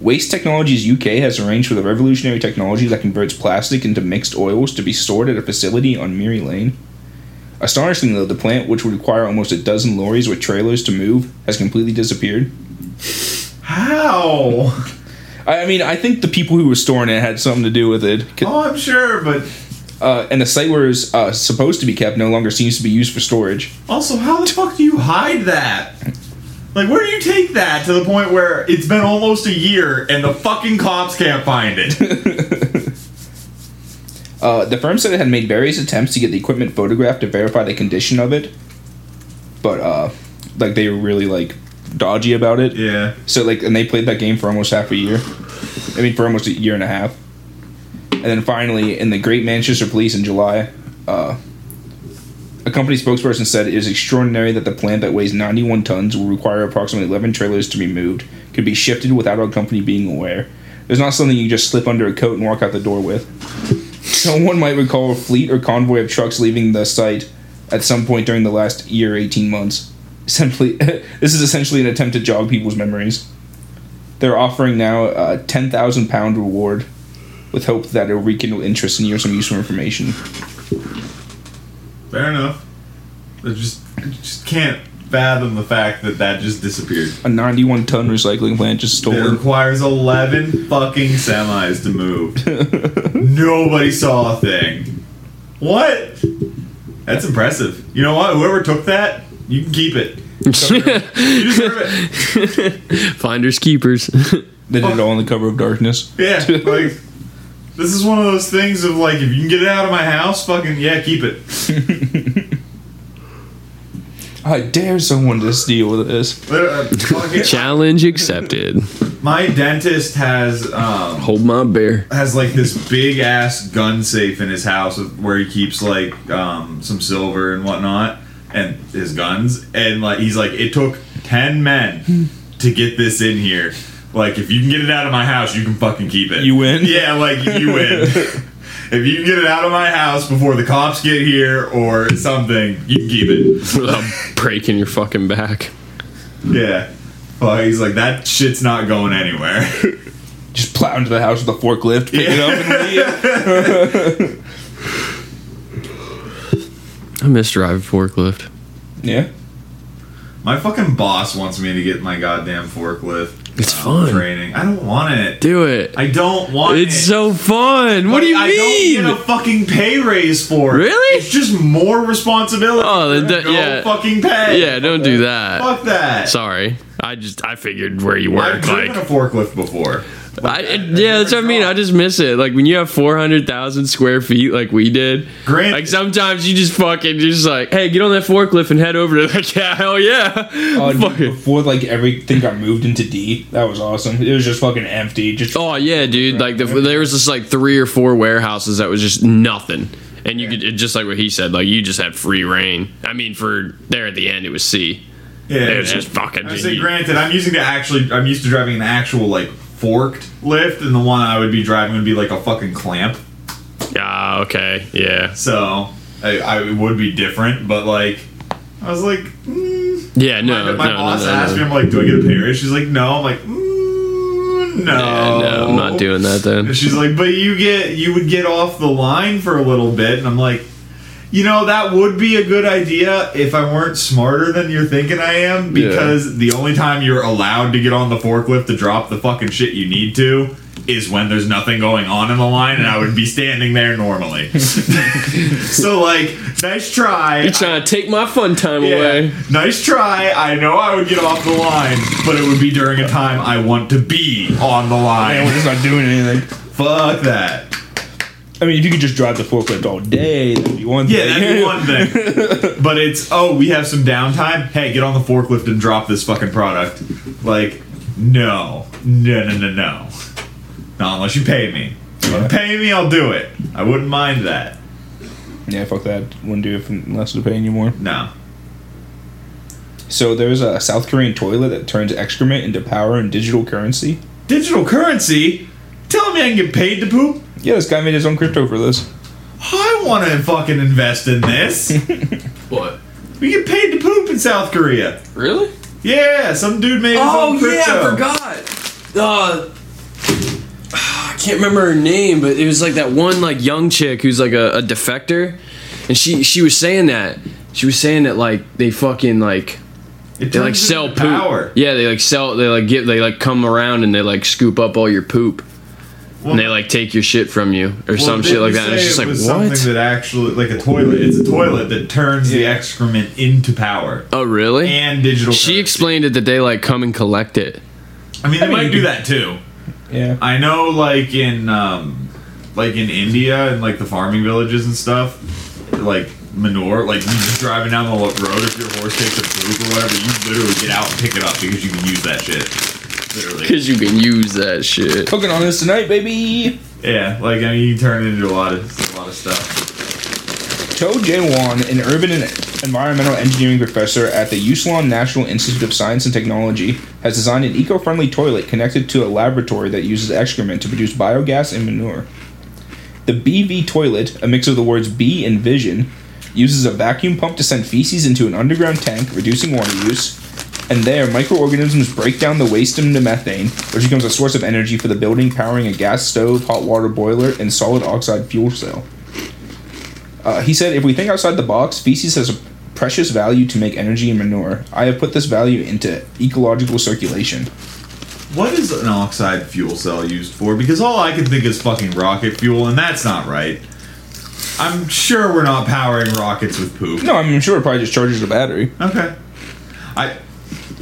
S3: Waste Technologies UK has arranged for the revolutionary technology that converts plastic into mixed oils to be stored at a facility on Miri Lane. Astonishingly, though, the plant, which would require almost a dozen lorries with trailers to move, has completely disappeared.
S2: How?
S3: I, I mean, I think the people who were storing it had something to do with it. 'cause-
S2: Oh, I'm sure, but
S3: uh, and the site where it's uh, supposed to be kept no longer seems to be used for storage.
S2: also, how the fuck do you hide that? Like, where do you take that to the point where it's been almost a year and the fucking cops can't find it?
S3: Uh, the firm said it had made various attempts to get the equipment photographed to verify the condition of it, but uh, like they were really like dodgy about it.
S2: yeah.
S3: So like, and they played that game for almost half a year. I mean, for almost a year and a half. And then finally, in the Great Manchester Police in July, uh, a company spokesperson said it is extraordinary that the plant that weighs 91 tons will require approximately 11 trailers to be moved, could be shifted without our company being aware. There's not something you just slip under a coat and walk out the door with. Someone might recall a fleet or convoy of trucks leaving the site at some point during the last year, 18 months. Simply, this is essentially an attempt to jog people's memories. They're offering now a 10,000 pound reward with hope that it'll rekindle interest and yield some useful information.
S2: Fair enough. I just, I just can't fathom the fact that that just disappeared.
S3: A 91 ton recycling plant just
S2: It
S3: stolen.
S2: requires 11 fucking semis to move. Nobody saw a thing. What? That's impressive. You know what? Whoever took that, you can keep it. You deserve it.
S1: Finders keepers.
S3: They did it all on the cover of darkness.
S2: Yeah. Like, this is one of those things of like, if you can get it out of my house, fucking, yeah, keep it.
S3: I dare someone to steal this.
S2: But, uh, fuck it.
S1: Challenge accepted.
S2: My dentist has, um,
S1: Hold my beer.
S2: has like this big ass gun safe in his house with- where he keeps like um, some silver and whatnot and his guns and like he's like it took ten men to get this in here. Like, if you can get it out of my house, you can fucking keep it.
S3: You win.
S2: Yeah, like you win. if you can get it out of my house before the cops get here or something, you can keep it.
S1: without breaking your fucking back.
S2: Yeah. Well, he's like, that shit's not going anywhere.
S3: Just plow into the house with a forklift, pick it up, and leave.
S1: I miss driving forklift.
S3: yeah.
S2: my fucking boss wants me to get my goddamn forklift.
S1: It's
S2: uh,
S1: fun.
S2: Training. I don't want it.
S1: Do it.
S2: I don't want
S1: It's
S2: it.
S1: so fun. What do you
S2: I
S1: mean?
S2: don't get a fucking pay raise for it.
S1: Really?
S2: It's just more responsibility.
S1: Oh,
S2: You're
S1: that-
S2: gonna go
S1: yeah.
S2: fucking pay.
S1: yeah, don't do that.
S2: Fuck that.
S1: Sorry. I just I figured where you
S2: I've
S1: work.
S2: driven
S1: Like,
S2: a forklift before.
S1: I, yeah, that's what I mean. I just miss it. Like when you have four hundred thousand square feet, like we did.
S2: Granted.
S1: Like sometimes you just fucking just like, hey, get on that forklift and head over to like, yeah, hell yeah,
S3: Oh, dude,
S1: fucking.
S3: before like everything got moved into D, that was awesome. It was just fucking empty. Just
S1: Oh yeah, dude. Like the, there was just like three or four warehouses that was just nothing, and you could it- just like what he said, like you just had free reign. I mean, for there at the end, it was C.
S2: Yeah.
S1: It was just fucking.
S2: I say, granted, I'm using to actually, I'm used to driving an actual like forked lift, and the one I would be driving would be like a fucking clamp.
S1: Ah, okay, yeah.
S2: So I, I it would be different, but like, I was like, mm.
S1: Yeah, no,
S2: my,
S1: no,
S2: my
S1: no,
S2: boss
S1: no,
S2: asked
S1: no.
S2: me, I'm like, do I get a pay raise? She's like, no. I'm like, mm, no.
S1: Yeah, no, I'm
S2: Oh.
S1: not doing that then.
S2: And she's like, but you get, you would get off the line for a little bit, and I'm like. You know that would be a good idea if I weren't smarter than you're thinking I am,
S1: Yeah.
S2: because the only time you're allowed to get on the forklift to drop the fucking shit you need to is when there's nothing going on in the line, and I would be standing there normally. so like, nice try.
S1: You're trying to take my fun time away.
S2: Nice try. I know I would get off the line, but it would be during a time I want to be on the
S3: man, we're
S2: line.
S3: just not doing anything.
S2: Fuck that.
S3: I mean, if you could just drive the forklift all day, that'd be one
S2: Yeah,
S3: thing.
S2: that'd be one thing. But it's oh, we have some downtime. Hey, get on the forklift and drop this fucking product. Like, no, no, no, no, no. Not unless you pay me. If you pay me, I'll do it. I wouldn't mind that.
S3: Yeah, fuck that. Wouldn't do it unless they're paying you more.
S2: No.
S3: So there's a South Korean toilet that turns excrement into power and digital currency.
S2: Digital currency. Tell me I can get paid to poop.
S3: Yeah, this guy made his own crypto for this.
S2: I want to fucking invest in this.
S1: What?
S2: We get paid to poop in South Korea.
S1: Really?
S2: Yeah, some dude made his
S3: Oh,
S2: own crypto.
S1: Oh, forgot. Uh, I can't remember her name, but it was like that one like young chick who's like a, a defector, and she she was saying that she was saying that like they fucking like
S2: It
S1: they like
S2: turns
S1: sell
S2: into
S1: poop.
S2: power.
S1: Yeah, they like sell they like get they like come around and they like scoop up all your poop.
S2: Well-
S1: and they like take your shit from you or
S2: Well,
S1: some shit
S2: didn't
S1: like
S2: you
S1: that. And
S2: say
S1: it's
S2: it was
S1: just like what?
S2: Something that actually, like a toilet. It's a toilet that turns the
S3: Yeah.
S2: excrement into power
S1: oh really?
S2: and digital.
S1: She
S2: currency.
S1: explained it that they like come and collect it.
S2: I mean, they
S3: I mean,
S2: might
S3: you
S2: do
S3: could-
S2: that too.
S3: Yeah.
S2: I know, like in, um, like in India and like the farming villages and stuff, like manure. Like you just driving down the lo- road, if your horse takes a poop or whatever, you literally get out and pick it up because you can use that shit. Literally.
S1: Cause you can use that shit.
S3: Cooking on this tonight, baby.
S2: Yeah, like I mean, you can turn it into a lot of a lot of stuff.
S3: Cho Jae Won, an urban and environmental engineering professor at the Uslon National Institute of Science and Technology, has designed an eco friendly toilet connected to a laboratory that uses excrement to produce biogas and manure. The BV toilet, a mix of the words B and vision, uses a vacuum pump to send feces into an underground tank, reducing water use. And there, microorganisms break down the waste into methane, which becomes a source of energy for the building, powering a gas stove, hot water boiler, and solid oxide fuel cell. Uh, he said, if we think outside the box, feces has a precious value to make energy and manure. I have put this value into ecological circulation.
S2: What is an oxide fuel cell used for? Because all I can think is fucking rocket fuel, and that's not right. I'm sure we're not powering rockets with poop.
S3: No, I'm sure it probably just charges the battery.
S2: Okay. I.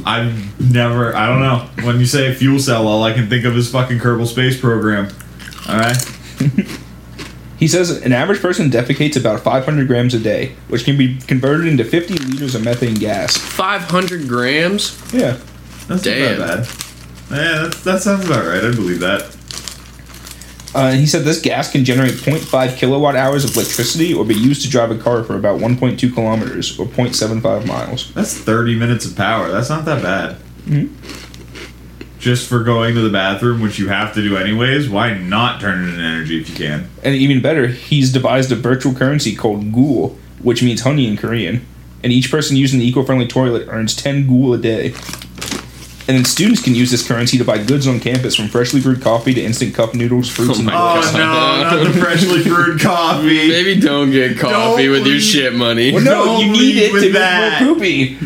S2: I've never. I don't know. When you say fuel cell, all I can think of is fucking Kerbal Space Program. Alright?
S3: He says an average person defecates about 500 grams a day, which can be converted into 50 liters of methane gas.
S1: Five hundred grams.
S3: Yeah.
S2: That's
S1: Damn.
S2: not that bad. Yeah, that, that sounds about right. I believe that.
S3: Uh, and he said this gas can generate 0.5 kilowatt hours of electricity or be used to drive a car for about 1.2 kilometers or 0.75 miles.
S2: That's 30 minutes of power. That's not that bad.
S3: Hmm?
S2: Just for going to the bathroom, which you have to do anyways, why not turn it into energy if you can?
S3: And even better, he's devised a virtual currency called Ghoul, which means honey in Korean. And each person using the eco friendly toilet earns 10 Ghoul a day. And then students can use this currency to buy goods on campus from freshly brewed coffee to instant cup noodles, fruits,
S1: Oh
S3: and
S1: my
S3: hot
S2: Oh
S3: dogs.
S1: God.
S2: no, not the freshly brewed coffee.
S1: Maybe don't get coffee
S2: Don't
S1: with your
S2: leave-
S1: shit money.
S3: Well, no,
S2: Don't
S3: you
S2: lead
S3: need it
S2: with
S3: to
S2: that.
S3: be more poopy.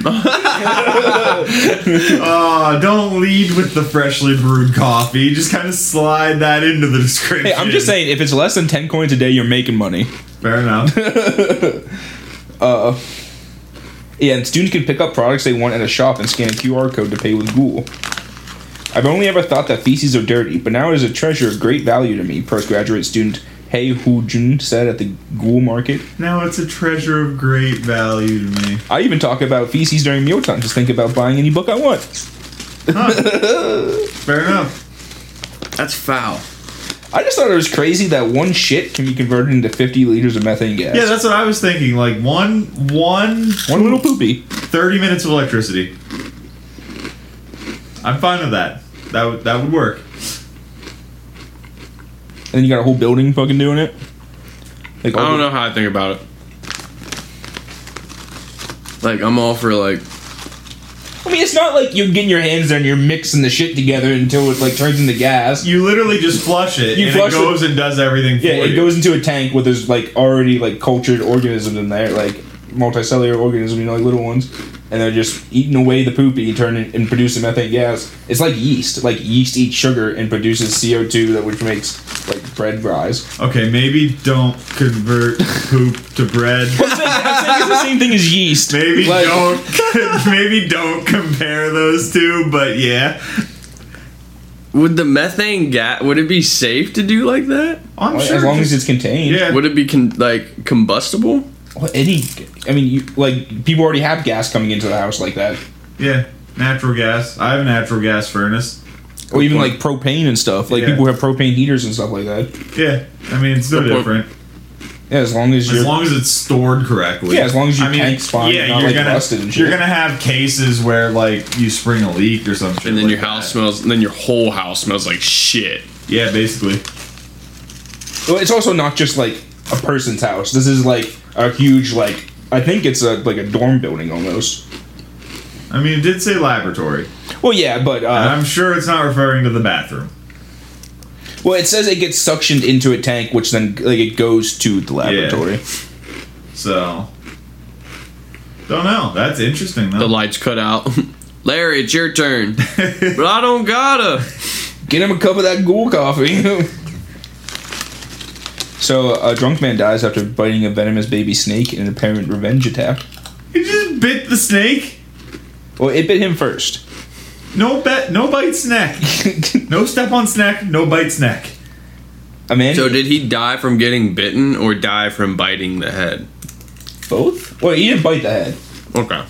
S2: Oh, don't lead with the freshly brewed coffee. Just kind of slide that into the description.
S3: Hey, I'm just saying, if it's less than 10 coins a day, you're making money.
S2: Fair enough.
S3: Yeah, and students can pick up products they want at a shop and scan a QR code to pay with Google. I've only ever thought that feces are dirty, but now it is a treasure of great value to me, postgraduate student Hei Hu Jun said at the Google market.
S2: now it's a treasure of great value to me.
S3: I even talk about feces during mealtime. Just think about buying any book I want.
S2: Fair enough.
S1: That's foul.
S3: I just thought it was crazy that one shit can be converted into 50 liters of methane gas.
S2: Yeah, that's what I was thinking. Like one, one,
S3: one little poopy.
S2: 30 minutes of electricity. I'm fine with that. That would that would work.
S3: And then you got a whole building fucking doing it. Like,
S1: I don't know how I think about it. Like I'm all for like
S3: I mean, it's not like you're getting your hands there and you're mixing the shit together until it like turns into gas.
S2: You literally just flush it,
S3: You
S2: and
S3: flush
S2: it
S3: it-
S2: goes and does everything for
S3: Yeah, it
S2: you.
S3: goes into a tank where there's like already like cultured organisms in there, like multicellular organisms, you know, like little ones, and they're just eating away the poopy, turning and producing methane gas. It's like yeast. Like yeast eats sugar and produces CO two, that which makes like bread rise.
S2: Okay, maybe don't convert poop to bread.
S3: I'm saying it's the same thing as yeast.
S2: Maybe
S3: Like-
S2: don't maybe don't compare those two, but yeah.
S1: would the methane gas would it be safe to do like that?
S2: I'm
S3: Well,
S2: sure
S3: as long
S2: just-
S3: as it's contained.
S2: Yeah.
S1: Would it be con- like combustible?
S3: Well, any, I mean, you, like people already have gas coming into the house like that,
S2: Yeah, natural gas. I have a natural gas furnace.
S3: or even like propane and stuff. Like
S2: Yeah.
S3: people have propane heaters and stuff like that.
S2: Yeah, I mean it's no
S1: Good point.
S2: different
S3: Yeah, as long as you're
S2: as long as it's stored correctly.
S3: Yeah, as long as your
S2: I mean,
S3: tank's fine,
S2: Yeah,
S3: not,
S2: you're
S3: like,
S2: gonna
S3: rusted and
S2: you're
S3: shit.
S2: gonna have cases where like you spring a leak or something,
S1: And then your house smells and then your whole house smells like shit.
S2: Yeah, basically.
S3: Well, it's also not just like a person's house. This is like a huge like I think it's a like a dorm building almost.
S2: I mean, it did say laboratory.
S3: Well, yeah, but
S1: Uh-huh.
S2: And
S3: uh,
S2: I'm sure it's not referring to the bathroom.
S3: well, it says it gets suctioned into a tank, which then like it goes to the laboratory.
S2: So, don't know. That's interesting
S1: The
S2: though.
S1: lights cut out. Larry, it's your turn. but I don't gotta.
S3: Get him a cup of that ghoul coffee. so a drunk man dies after biting a venomous baby snake in an apparent revenge attack.
S2: he just bit the snake.
S3: Well, it bit him first.
S2: No bet. No bite snack. No step on snack. No bite snack.
S3: a man
S1: So did he die from getting bitten or die from biting the head?
S3: both. Well, he didn't bite the head.
S1: Okay.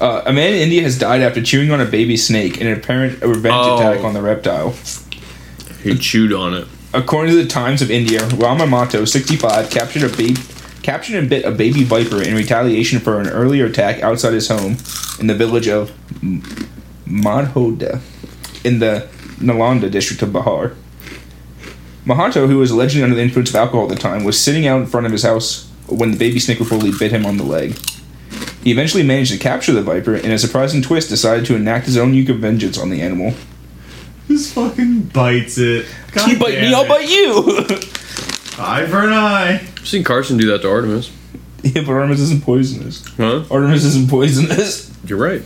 S3: Uh, a man in India has died after chewing on a baby snake in an apparent revenge
S1: Oh.
S3: attack on the reptile.
S1: He chewed on it.
S3: According to the Times of India, Rama Mato, 65, captured a baby, captured and bit a baby viper in retaliation for an earlier attack outside his home in the village of M- Madhoda in the Nalanda district of Bihar. Mahato, who was allegedly under the influence of alcohol at the time, was sitting out in front of his house when the baby snake reportedly bit him on the leg. He eventually managed to capture the viper and, in a surprising twist, decided to enact his own uke of vengeance on the animal.
S2: Just fucking bites it. God
S3: You bite
S2: damn
S3: me, I'll
S2: it.
S3: bite you!
S2: Eye for an eye.
S1: I've seen Carson do that to Artemis.
S3: Yeah, but Artemis isn't poisonous.
S1: Huh?
S3: Artemis isn't poisonous.
S1: You're right.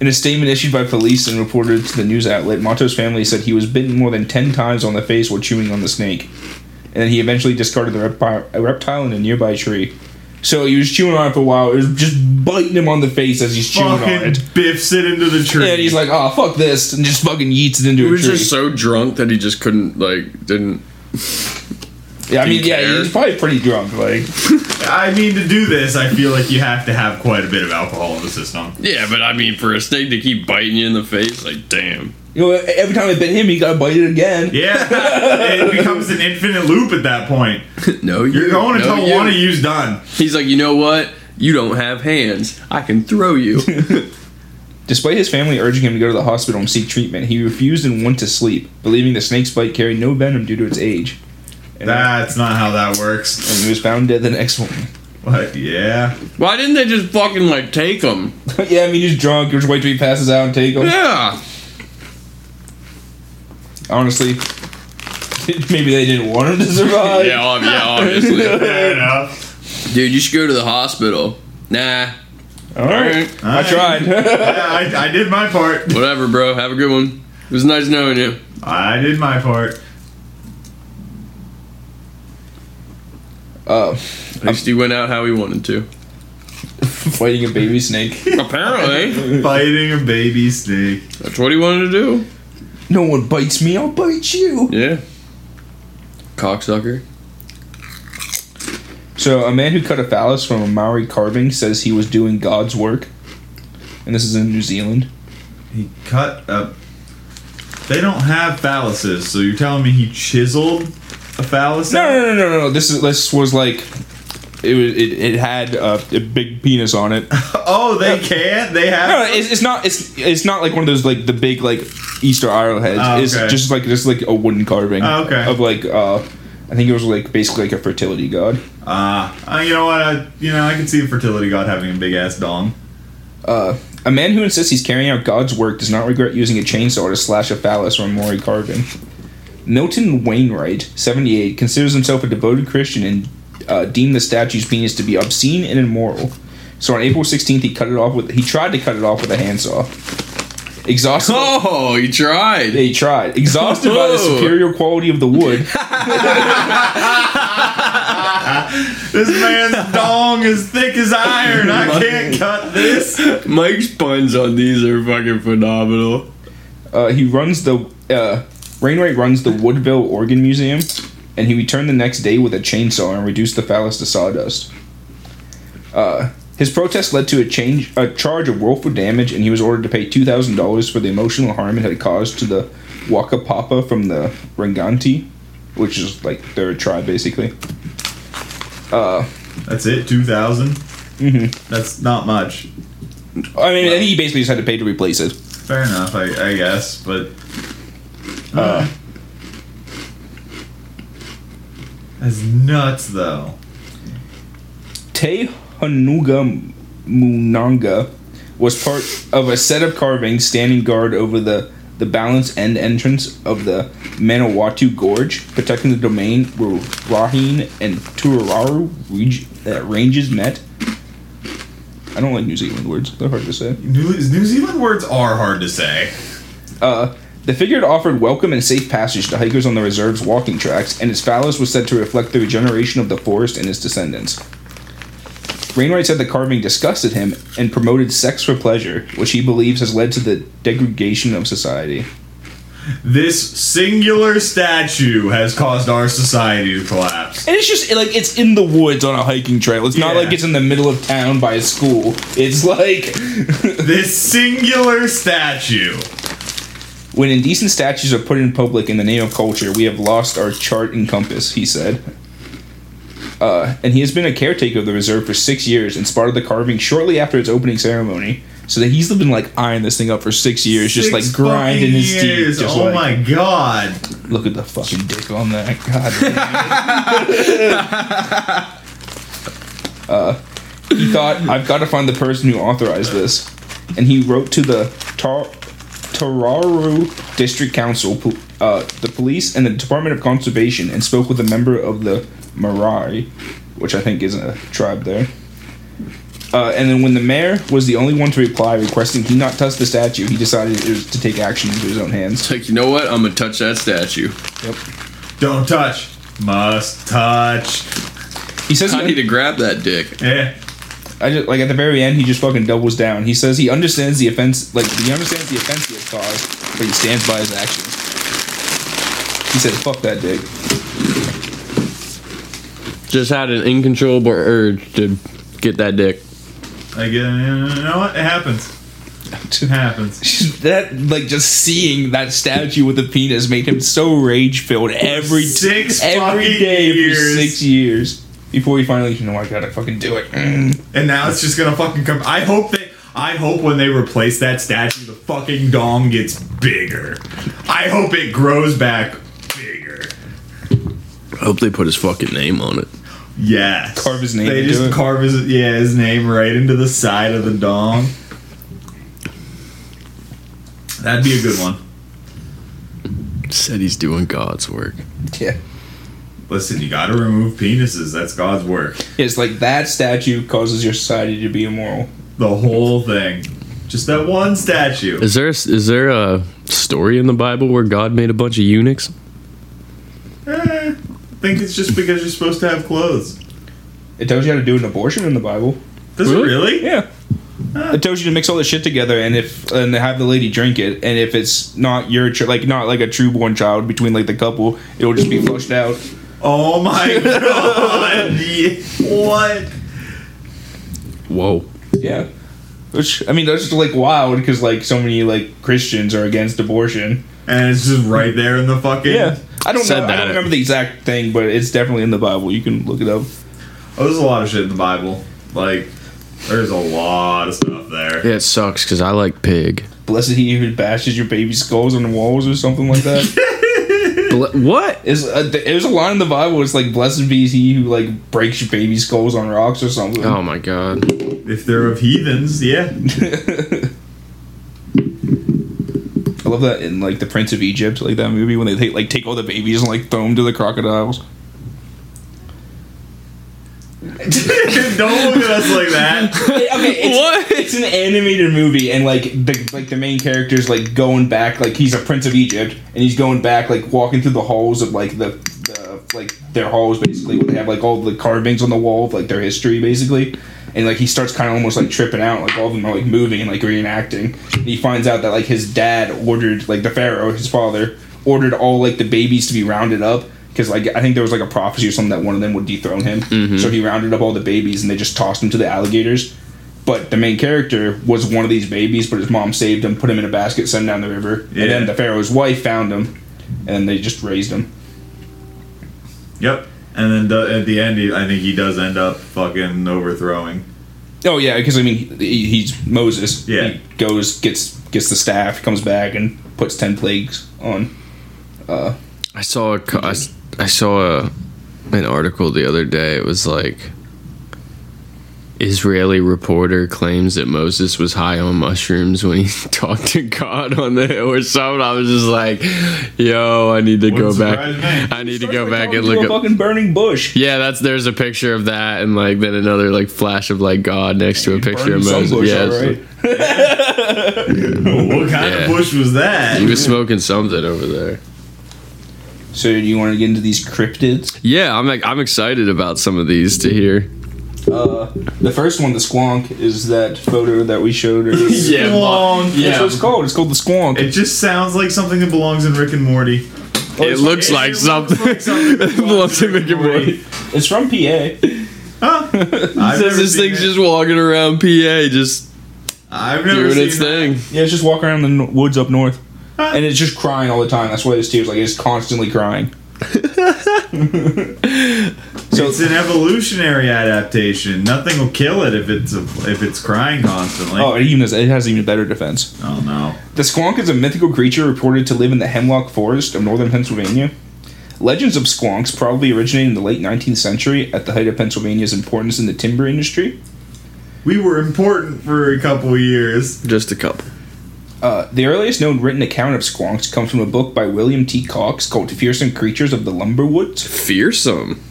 S3: In a statement issued by police and reported to the news outlet, Mato's family said he was bitten more than 10 times on the face while chewing on the snake. And then he eventually discarded the reptile, a reptile in a nearby tree. So he was chewing on it for a while. It was just biting him on the face as he's chewing on
S2: Fucking
S3: it.
S2: biffs it into the tree.
S3: And he's like, oh, fuck this. And just fucking yeets it into
S1: He
S3: a
S1: was
S3: tree.
S1: just so drunk that he just couldn't like didn't
S3: yeah, I mean,
S1: didn't
S3: yeah, he
S1: care.
S3: was probably pretty drunk. Like,
S2: I mean, to do this, I feel like you have to have quite a bit of alcohol in the system.
S1: Yeah, but I mean for a snake to keep biting you in the face, like damn.
S3: You know, every time I bit him, he got to bite it again.
S2: Yeah, it becomes an infinite loop at that point.
S1: No, you,
S2: You're going
S1: no,
S2: until
S1: you.
S2: one of you's done.
S1: He's like, you know what? You don't have hands. I can throw you.
S3: Despite his family urging him to go to the hospital and seek treatment, he refused and went to sleep, believing the snake's bite carried no venom due to its age. And,
S2: That's not how that works.
S3: and he was found dead the next morning.
S2: What? Yeah.
S1: Why didn't they just fucking like take him?
S3: yeah, I mean, he's drunk. Just wait till he passes out and take him.
S1: Yeah.
S3: Honestly, maybe they didn't want him to survive.
S1: Yeah, ob- yeah, obviously.
S2: Fair enough.
S1: Dude, you should go to the hospital. Nah.
S3: All right.
S1: Alright.
S3: I tried.
S2: Yeah, I, I did my part.
S1: Whatever, bro. Have a good one. It was nice knowing you.
S2: I did my part.
S3: uh,
S1: At least he went out how he wanted to.
S3: fighting a baby snake.
S1: Apparently.
S2: Fighting a baby snake.
S1: That's what he wanted to do.
S3: No one bites me, I'll bite you.
S1: Yeah. Cocksucker.
S3: So, a man who cut a phallus from a Maori carving says he was doing God's work. And this is in New Zealand.
S2: He cut up. They don't have phalluses, so you're telling me he chiseled a phallus?
S3: No,
S2: out?
S3: no, no, no, no. no. This is this was like it was, it, it had a, a big penis on it. No,
S2: Oh, they can't. They have.
S3: no, it's, it's not. It's it's not like one of those like the big like Easter Isle heads.
S2: Oh, okay.
S3: It's just like just like a wooden carving.
S2: Oh, okay.
S3: Of like uh, I think it was like basically like a fertility god.
S2: Ah, uh, you know what? I, you know, I can see a fertility god having a big ass dong.
S3: Uh, a man who insists he's carrying out God's work does not regret using a chainsaw to slash a phallus or a Mori carving. Milton Wainwright, 78, considers himself a devoted Christian and uh, deemed the statue's penis to be obscene and immoral. So on April 16th, he cut it off with he tried to cut it off with a handsaw. Exhausted,
S1: Oh, he tried.
S3: he tried. Exhausted by the
S1: Whoa.
S3: superior quality of the wood,
S2: This man's dong is thick as iron. I can't cut this.
S1: Mike's puns on these are fucking phenomenal.
S3: uh, he runs the uh, Wainwright runs the Woodville Organ Museum, and he returned the next day with a chainsaw and reduced the phallus to sawdust. Uh, his protest led to a change a charge of willful damage, and he was ordered to pay two thousand dollars for the emotional harm it had caused to the Waka Papa from the Ringanti, which is like their tribe basically.
S2: That's it. Two That's not much.
S3: I mean, I think he basically just had to pay to replace it.
S2: Fair enough, I, I guess. But
S3: Uh,
S2: that's nuts, though.
S3: Te Hanuga Munanga was part of a set of carvings standing guard over the, the balance end entrance of the Manawatu Gorge, protecting the domain where Rahin and Turaru reg- uh, ranges met. I don't like New Zealand words. They're hard to say.
S2: New, New Zealand words are hard to say.
S3: Uh, the figure had offered welcome and safe passage to hikers on the reserve's walking tracks, and its phallus was said to reflect the regeneration of the forest and its descendants. Rainwright said the carving disgusted him and promoted sex for pleasure, which he believes has led to the degradation of society.
S2: This singular statue has caused our society to collapse.
S3: And it's just like it's in the woods on a hiking trail. It's not
S2: Yeah.
S3: like it's in the middle of town by a school. It's like
S2: This singular statue.
S3: when indecent statues are put in public in the name of culture, we have lost our chart and compass, he said. Uh, and he has been a caretaker of the reserve for six years and spotted the carving shortly after its opening ceremony. So that he's been like eyeing this thing up for six years, just
S2: Six
S3: like grinding
S2: fucking
S3: his
S2: years.
S3: teeth. Just
S2: oh
S3: like,
S2: my god.
S3: Look at the fucking dick on that. God. damn it. uh, he thought, I've got to find the person who authorized this. And he wrote to the Tar- Tararu District Council, pol- uh, the police, and the Department of Conservation and spoke with a member of the Marai, which I think is a tribe there. Uh, and then when the mayor was the only one to reply requesting he not touch the statue, he decided it was to take action into his own hands.
S1: It's like, you know what? I'm gonna touch that statue.
S2: Don't touch. Must touch.
S3: He says he
S1: I need to grab that dick.
S2: Eh.
S3: I just like at the very end, he just fucking doubles down. He says he understands the offense, like he understands the offense he has caused, but he stands by his actions. He said, "Fuck that dick."
S1: Just had an incontrollable urge to get that dick.
S2: I get, you know what? It happens. It happens.
S3: that like just seeing that statue with the penis made him so rage filled every
S2: Six
S3: every
S2: fucking
S3: day
S2: years.
S3: for six years before he finally you know I gotta fucking do it. Mm.
S2: And now it's just gonna fucking come. I hope they. I hope when they replace that statue, the fucking dong gets bigger. I hope it grows back bigger.
S1: I hope they put his fucking name on it.
S2: Yes.
S3: Carve his name
S2: They
S3: into
S2: just
S3: it.
S2: carve his yeah his name right into the side of the dong. That'd be a good one.
S1: Said he's doing God's work.
S3: Yeah.
S2: Listen, you gotta remove penises. That's God's work.
S3: It's like that statue causes your society to be immoral.
S2: The whole thing. Just that one statue.
S1: Is there is there a story in the Bible where God made a bunch of eunuchs?
S2: Eh, I think it's just because you're supposed to have clothes.
S3: It tells you how to do an abortion in the Bible.
S2: Does
S1: Really?
S2: it really?
S3: Yeah. It tells you to mix all this shit together, and if and have the lady drink it, and if it's not your tr- like not like a true born child between like the couple, it'll just be flushed out.
S2: Oh my god! Yeah. What?
S1: Whoa.
S3: Yeah. Which I mean, that's just like wild because like so many like Christians are against abortion.
S2: And it's just right there in the fucking.
S3: I don't
S1: Said
S3: know. I
S1: that.
S3: don't remember the exact thing, but it's definitely in the Bible. You can look it up.
S2: Oh, there's a lot of shit in the Bible. Like, there's a lot of stuff there.
S1: Yeah, it sucks because I like pig.
S3: Blessed he who bashes your baby skulls on the walls or something like that.
S1: Ble- what?
S3: it's a, there's a line in the Bible. It's like blessed be he who like breaks your baby skulls on rocks or something.
S1: Oh my god.
S2: If they're of heathens, yeah.
S3: I love that in like the Prince of Egypt, like that movie when they take, like take all the babies and like throw them to the crocodiles.
S2: don't look at us like that.
S3: okay, it's,
S1: What?
S3: It's an animated movie, and like the like the main character's like going back, like he's a prince of Egypt, and he's going back, like walking through the halls of like the, the like their halls, basically where they have like all the carvings on the wall of like their history, basically. And like he starts kind of almost like tripping out, like all of them are like moving and like reenacting. And he finds out that like his dad ordered, like the pharaoh, his father, ordered all like the babies to be rounded up because like I think there was like a prophecy or something that one of them would dethrone him. So he rounded up all the babies and they just tossed them to the alligators. But the main character was one of these babies, but his mom saved him, put him in a basket, sent him down the river,
S2: Yeah.
S3: and then the pharaoh's wife found him, and they just raised him.
S2: Yep. And then the, at the end, he, I think he does end up fucking overthrowing.
S3: Oh yeah, because I mean he, he's Moses.
S2: Yeah.
S3: he goes gets gets the staff, comes back and puts ten plagues on.
S1: I saw a co- I, s- I saw a an article the other day. It was like Israeli reporter claims that Moses was high on mushrooms when he talked to God on the hill or something. I was just like, yo, I need to
S2: Wouldn't
S1: go back.
S2: surprise me.
S1: I need to go back and look
S3: a
S1: up.
S3: fucking burning bush.
S1: Yeah, that's there's a picture of that, and like then another like flash of like God next to a picture
S3: Burning
S1: of
S3: some
S1: Moses.
S3: bush,
S1: yeah,
S3: all
S1: it's-
S3: right.
S2: What kind
S1: Yeah.
S2: of bush was
S1: he
S2: that?
S1: was smoking something over there.
S3: So do you want to get into these cryptids?
S1: Yeah, I'm like I'm excited about some of these to hear.
S3: Uh, the first one, the squonk, is that photo that we showed. Earlier.
S1: Yeah,
S2: Long.
S3: That's what it's called. It's called the squonk.
S2: It just sounds like something that belongs in Rick and Morty.
S1: it looks like something.
S2: It
S1: Belongs in Rick and Morty.
S3: It's from PA.
S2: Huh? I've never
S1: this
S2: seen
S1: thing's
S2: it.
S1: just walking around PA, just
S2: I've never
S1: doing
S2: seen
S1: its
S2: that.
S1: thing.
S3: Yeah, it's just walking around the n- woods up north, and it's just crying all the time. That's why it's tears. Like it's constantly crying. so
S2: It's an evolutionary adaptation. Nothing will kill it if it's a, if it's crying constantly.
S3: oh,
S2: Oh,
S3: it even has, it has even better defense.
S2: no!
S3: The squonk is a mythical creature reported to live in the hemlock forest of northern Pennsylvania. Legends of squonks probably originated in the late 19th century at the height of Pennsylvania's importance in the timber industry.
S2: We were important for a couple years.
S1: Just a couple.
S3: Uh, the earliest known written account of squonks comes from a book by William T. Cox called Fearsome Creatures of the Lumberwoods.
S1: Fearsome.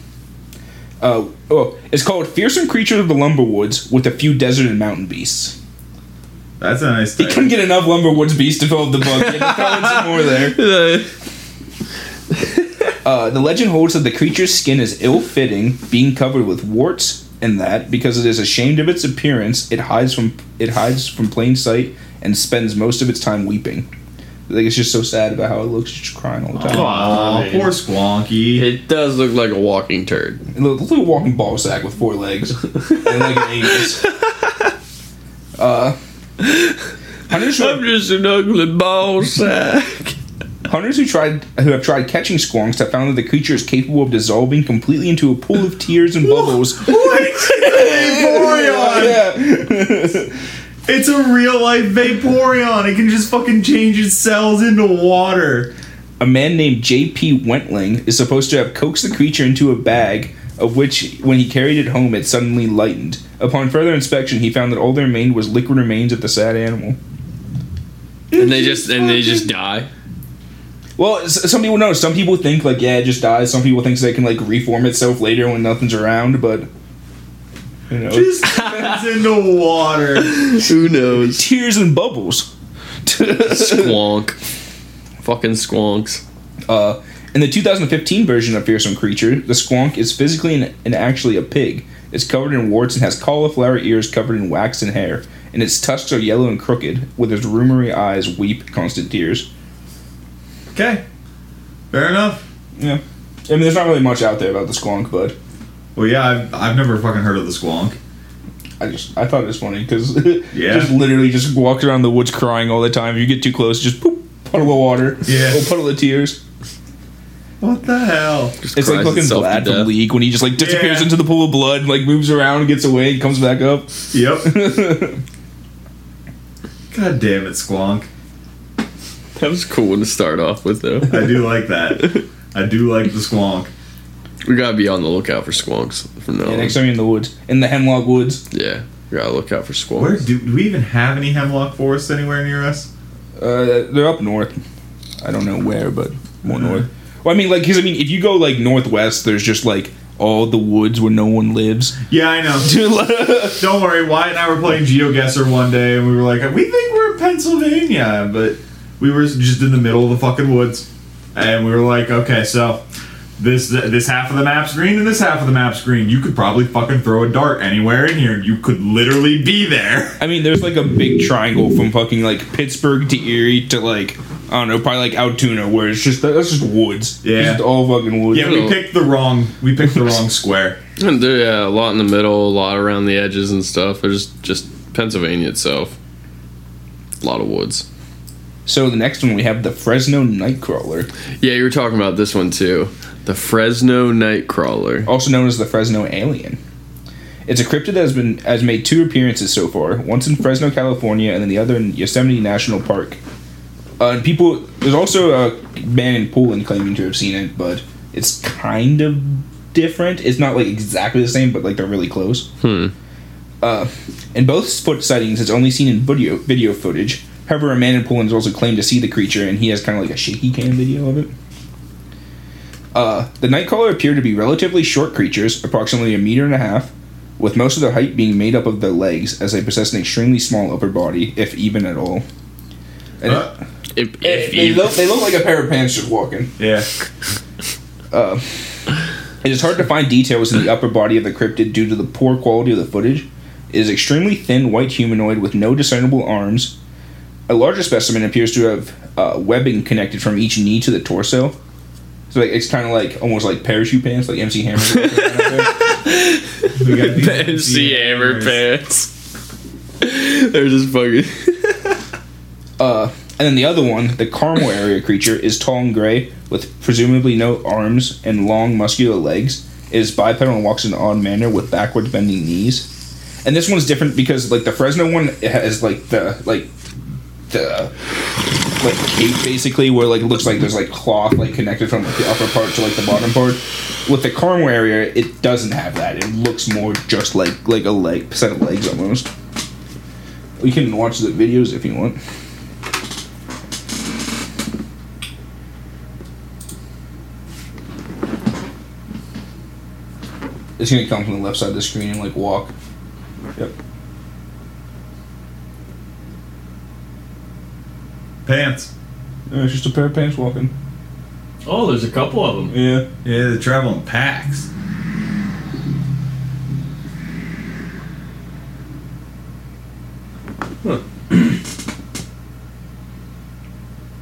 S3: Uh, oh, it's called Fearsome Creatures of the Lumberwoods with a few desert and mountain beasts.
S2: That's a nice
S3: He
S2: thing.
S3: couldn't get enough Lumberwoods beasts to fill up the book. He had to throw in some more there. Uh, the legend holds that the creature's skin is ill-fitting, being covered with warts, and that because it is ashamed of its appearance, it hides from it hides from plain sight and spends most of its time weeping. Like it's just so sad about how it looks, just crying all the time.
S2: Aw, poor Squonky.
S1: It does look like a walking turd.
S3: It look- looks like a walking ball sack with four legs and like an anus. Uh, Hunters
S1: I'm
S3: who,
S1: just an ugly ball sack.
S3: hunters who tried who have tried catching squonks have found that the creature is capable of dissolving completely into a pool of tears and bubbles.
S2: Vaporeon!
S3: Yeah.
S2: It's a real life Vaporeon. It can just fucking change its cells into water.
S3: A man named J.P. Wentling is supposed to have coaxed the creature into a bag, of which, when he carried it home, it suddenly lightened. Upon further inspection, he found that all that remained was liquid remains of the sad animal.
S1: and they just and they just die.
S3: Well, s- some people know. Some people think like, yeah, it just dies. Some people think they can like reform itself later when nothing's around. But you know,
S2: Just turns into water.
S1: Who knows?
S3: tears and bubbles.
S1: Squonk. Fucking squonks.
S3: Uh, in the 2015 version of Fearsome Creature, the squonk is physically and, and actually a pig. It's covered in warts and has cauliflower ears covered in wax and hair, and its tusks are yellow and crooked, with its rumory eyes weep constant tears.
S2: Okay. Fair enough.
S3: Yeah. I mean, there's not really much out there about the squonk, but
S2: Well, yeah, I've, I've never fucking heard of the squonk.
S3: I just I thought it was funny because
S2: Yeah.
S3: just literally just walks around the woods crying all the time. If you get too close, just poop puddle of water,
S2: Yeah.
S3: or puddle of tears.
S2: What the hell?
S1: Just
S3: It's like
S1: cries
S3: fucking
S1: itself to
S3: Vlad
S1: death.
S3: from League when he just like disappears
S2: Yeah.
S3: into the pool of blood, and, like moves around, and gets away, and comes back up.
S2: Yep. God damn it, squonk.
S1: That was a cool one to start off with, though.
S2: I do like that. I do like the squonk.
S1: we gotta be on the lookout for squonks from now
S3: Yeah,
S1: on.
S3: next time you're in the woods, in the Hemlock Woods.
S1: Yeah, we gotta look out for squonks.
S2: Where do, do we even have any hemlock forests anywhere near us?
S3: Uh, they're up north. I don't know where, but more
S2: Mm-hmm.
S3: north. Well, I mean, like, because I mean, if you go like northwest, there's just like all the woods where no one lives.
S2: Yeah, I know.
S3: yeah,
S2: Don't worry, Wyatt and I were playing GeoGuessr one day, and we were like, we think we're in Pennsylvania, but we were just in the middle of the fucking woods, and we were like, okay, so this this half of the map's green and this half of the map's green. You could probably fucking throw a dart anywhere in here, and you could literally be there.
S3: I mean, there's like a big triangle from fucking like Pittsburgh to Erie to like I don't know, probably like Altoona, where it's just that's just woods.
S2: Yeah.
S3: just all fucking woods.
S2: Yeah, we picked the wrong we picked the wrong square.
S1: And there- yeah, a lot in the middle, a lot around the edges and stuff. There's just Pennsylvania itself. A lot of woods.
S3: So the next one we have the Fresno Nightcrawler,
S1: Yeah, you were talking about this one too. The Fresno Nightcrawler.
S3: also known as the Fresno Alien. It's a cryptid that has been has made two appearances so far, once in Fresno, California, and then the other in Yosemite National Park. Uh, and people, there's also a man in Poland claiming to have seen it, but it's kind of different. It's not like exactly the same, but like they're really close.
S1: Hmm.
S3: Uh, in both foot sightings, it's only seen in video video footage. However, a man in Poland has also claimed to see the creature, and he has kind of like a shaky cam video of it. Uh, the Nightcrawler appear to be relatively short creatures, approximately a meter and a half, with most of their height being made up of their legs, as they possess an extremely small upper body, if even at all. And it-
S2: Uh,
S1: If,
S3: they,
S1: if
S3: they
S1: you-
S3: look, they look like a pair of pants just walking.
S2: yeah,
S3: Uh, it is hard to find details in the upper body of the cryptid due to the poor quality of the footage. It is extremely thin, white humanoid with no discernible arms. A larger specimen appears to have uh, webbing connected from each knee to the torso. So like, it's kind of like almost like parachute pants, like MC Hammer.
S2: we got these
S1: MC Hammer
S2: hammers.
S1: pants. They're just fucking.
S3: Uh, and then the other one, the Carmel area creature, is tall and gray with presumably no arms and long muscular legs. It is bipedal and walks in an odd manner with backwards bending knees. And this one's different because like the Fresno one it has like the like the like cape basically where like it looks like there's like cloth like connected from like, the upper part to like the bottom part. With the Carmel area, it doesn't have that. It looks more just like like a leg set of legs almost. You can watch the videos if you want. It's gonna come from the left side of the screen and like walk. Yep.
S2: Pants.
S3: it's just a pair of pants walking.
S4: Oh, there's a couple of them.
S3: Yeah.
S2: Yeah, they travel in packs.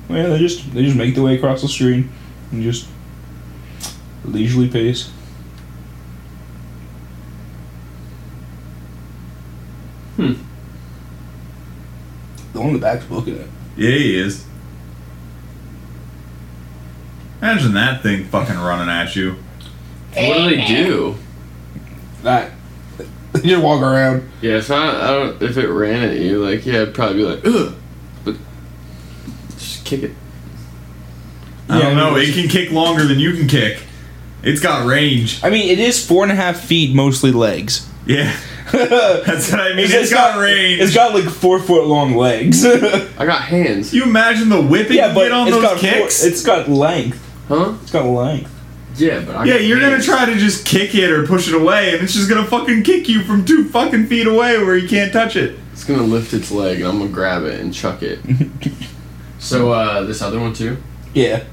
S3: Well, yeah, they just they just make their way across the screen and just leisurely pace.
S4: Hmm.
S3: The one in the back's booking it.
S2: Yeah, he is. Imagine that thing fucking running at you.
S1: What do they do?
S3: That. You just walk around.
S1: Yeah, if I, I don't, if it ran at you, like yeah, I'd probably be like, ugh, but just kick it.
S2: I
S3: Yeah,
S2: don't know.
S3: it
S2: It can kick longer than you can kick. It's got range.
S3: I mean, it is four and a half feet, mostly legs.
S2: Yeah, that's what I mean. it's got, range.
S3: It's got like four foot long legs. yeah,
S1: I got hands,
S2: you imagine the whip it can
S3: but
S2: get on
S3: it's
S2: those
S3: got
S2: kicks?
S3: Four, it's got length.
S1: huh?
S3: It's got length.
S1: Yeah, but I
S2: yeah,
S1: got
S2: you're gonna
S1: hands.
S2: try to just kick it or push it away, and it's just gonna fucking kick you from two fucking feet away where you can't touch it.
S1: It's gonna lift its leg, and I'm gonna grab it and chuck it. so uh, this other one too,
S3: Yeah.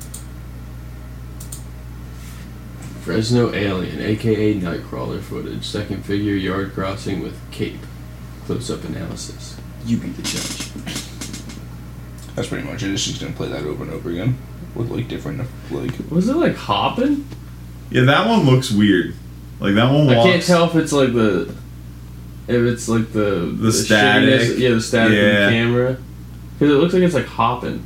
S1: Fresno Alien, aka Nightcrawler footage, second figure yard crossing with cape, close up analysis. You be the judge.
S3: That's pretty much it. It's just gonna play that over and over again with like different like.
S4: Was it like hopping?
S2: Yeah, that one looks weird. Like that one
S1: I
S2: walks.
S1: can't tell if it's like the, if it's like the
S2: The
S1: shakiness-
S2: static.
S1: yeah, the static
S2: Yeah.
S1: of the camera, because it looks like it's like hopping.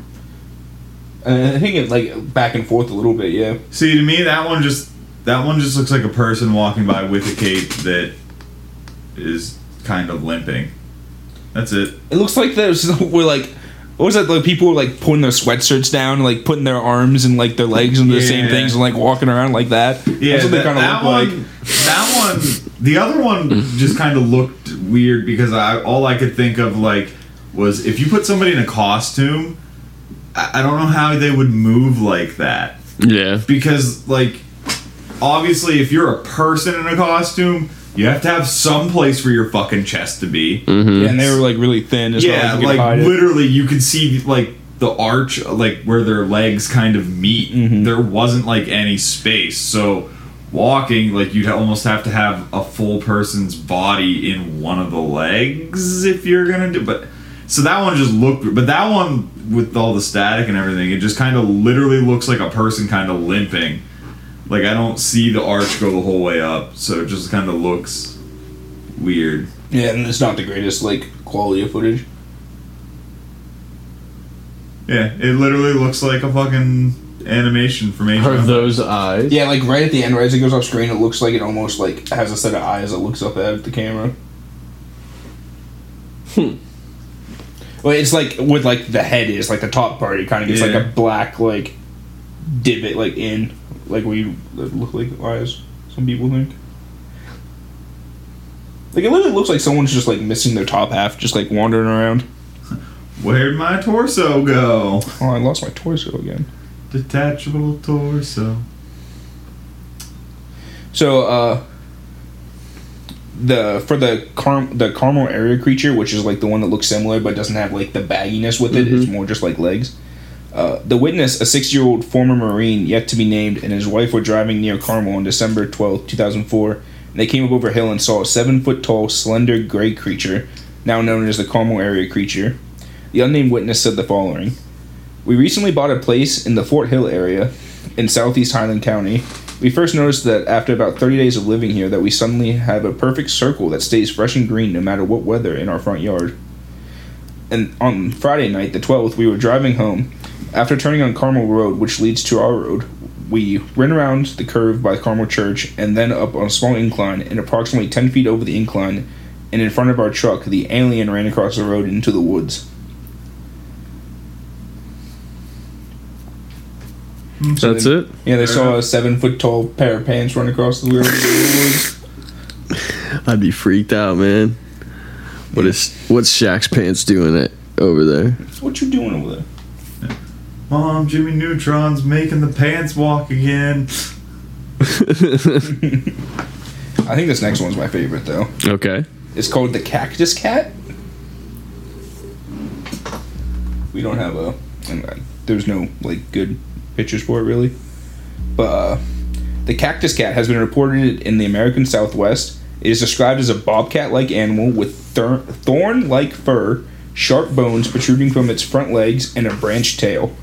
S3: I think it's like back and forth a little bit. Yeah.
S2: See, to me, that one just that one just looks like a person walking by with a cape that is kind of limping. That's it.
S3: It looks like those were like. What was that? Like people were like putting their sweatshirts down, like putting their arms and like their legs into the same
S2: Yeah.
S3: things, and like walking around like that.
S2: Yeah,
S3: That's what they
S2: that,
S3: kind of
S2: that
S3: look
S2: one,
S3: like.
S2: that one, the other one just kind of looked weird because I all I could think of like was if you put somebody in a costume, I, I don't know how they would move like that
S1: Yeah.
S2: because like obviously if you're a person in a costume. You have to have some place for your fucking chest to be.
S3: Yeah, and they were like really thin. As
S2: yeah,
S3: well, you could
S2: like,
S3: hide it.
S2: literally, you could see like the arch, like where their legs kind of meet. There wasn't like any space, so walking like you'd almost have to have a full person's body in one of the legs if you're gonna do. But so that one just looked, but that one with all the static and everything, it just kind of literally looks like a person kind of limping. Like I don't see the arch go the whole way up, so it just kind of looks weird.
S3: Yeah, and it's not the greatest like quality of footage.
S2: Yeah, it literally looks like a fucking animation from
S1: Are
S2: HBO.
S1: those eyes?
S3: Yeah, like right at the end, right as it goes off screen, it looks like it almost like has a set of eyes that looks up at the camera. Hmm. Well, it's like with like the head is like the top part. It kind of gets
S2: Yeah.
S3: like a black like divot like in like we look like eyes. Some people think. Like it literally looks like someone's just like missing their top half, just like wandering around.
S2: Where'd my torso go?
S3: Oh, I lost my torso again.
S2: Detachable torso.
S3: So uh the for the car the caramel area creature, which is like the one that looks similar but doesn't have like the bagginess with it, it's more just like legs. Uh, the witness, a six-year-old former Marine yet to be named, and his wife were driving near Carmel on December twelfth, two 2004. And they came up over a hill and saw a seven-foot-tall, slender gray creature, now known as the Carmel area creature. The unnamed witness said the following: "We recently bought a place in the Fort Hill area, in southeast Highland County, we first noticed that after about 30 days of living here that we suddenly have a perfect circle that stays fresh and green no matter what weather in our front yard. And on Friday night, the 12th, we were driving home. After turning on Carmel Road, which leads to our road, we ran around the curve by Carmel Church and then up on a small incline, and approximately 10 feet over the incline and in front of our truck, the alien ran across the road into the woods.
S1: That's it.
S3: Yeah, they saw a seven foot tall pair of pants run across the road into the woods.
S1: I'd be freaked out, man. What is what's Shaq's pants doing it over there?
S3: What you doing over there?
S2: Mom, Jimmy Neutron's making the pants walk again.
S3: I think this next one's my favorite though.
S1: okay.
S3: It's called the Cactus Cat. We don't have a. and, uh, There's no like good pictures for it really, but uh, the Cactus Cat has been reported in the American Southwest. It is described as a bobcat-like animal with thor- thorn-like fur, sharp bones protruding from its front legs, and a branched tail.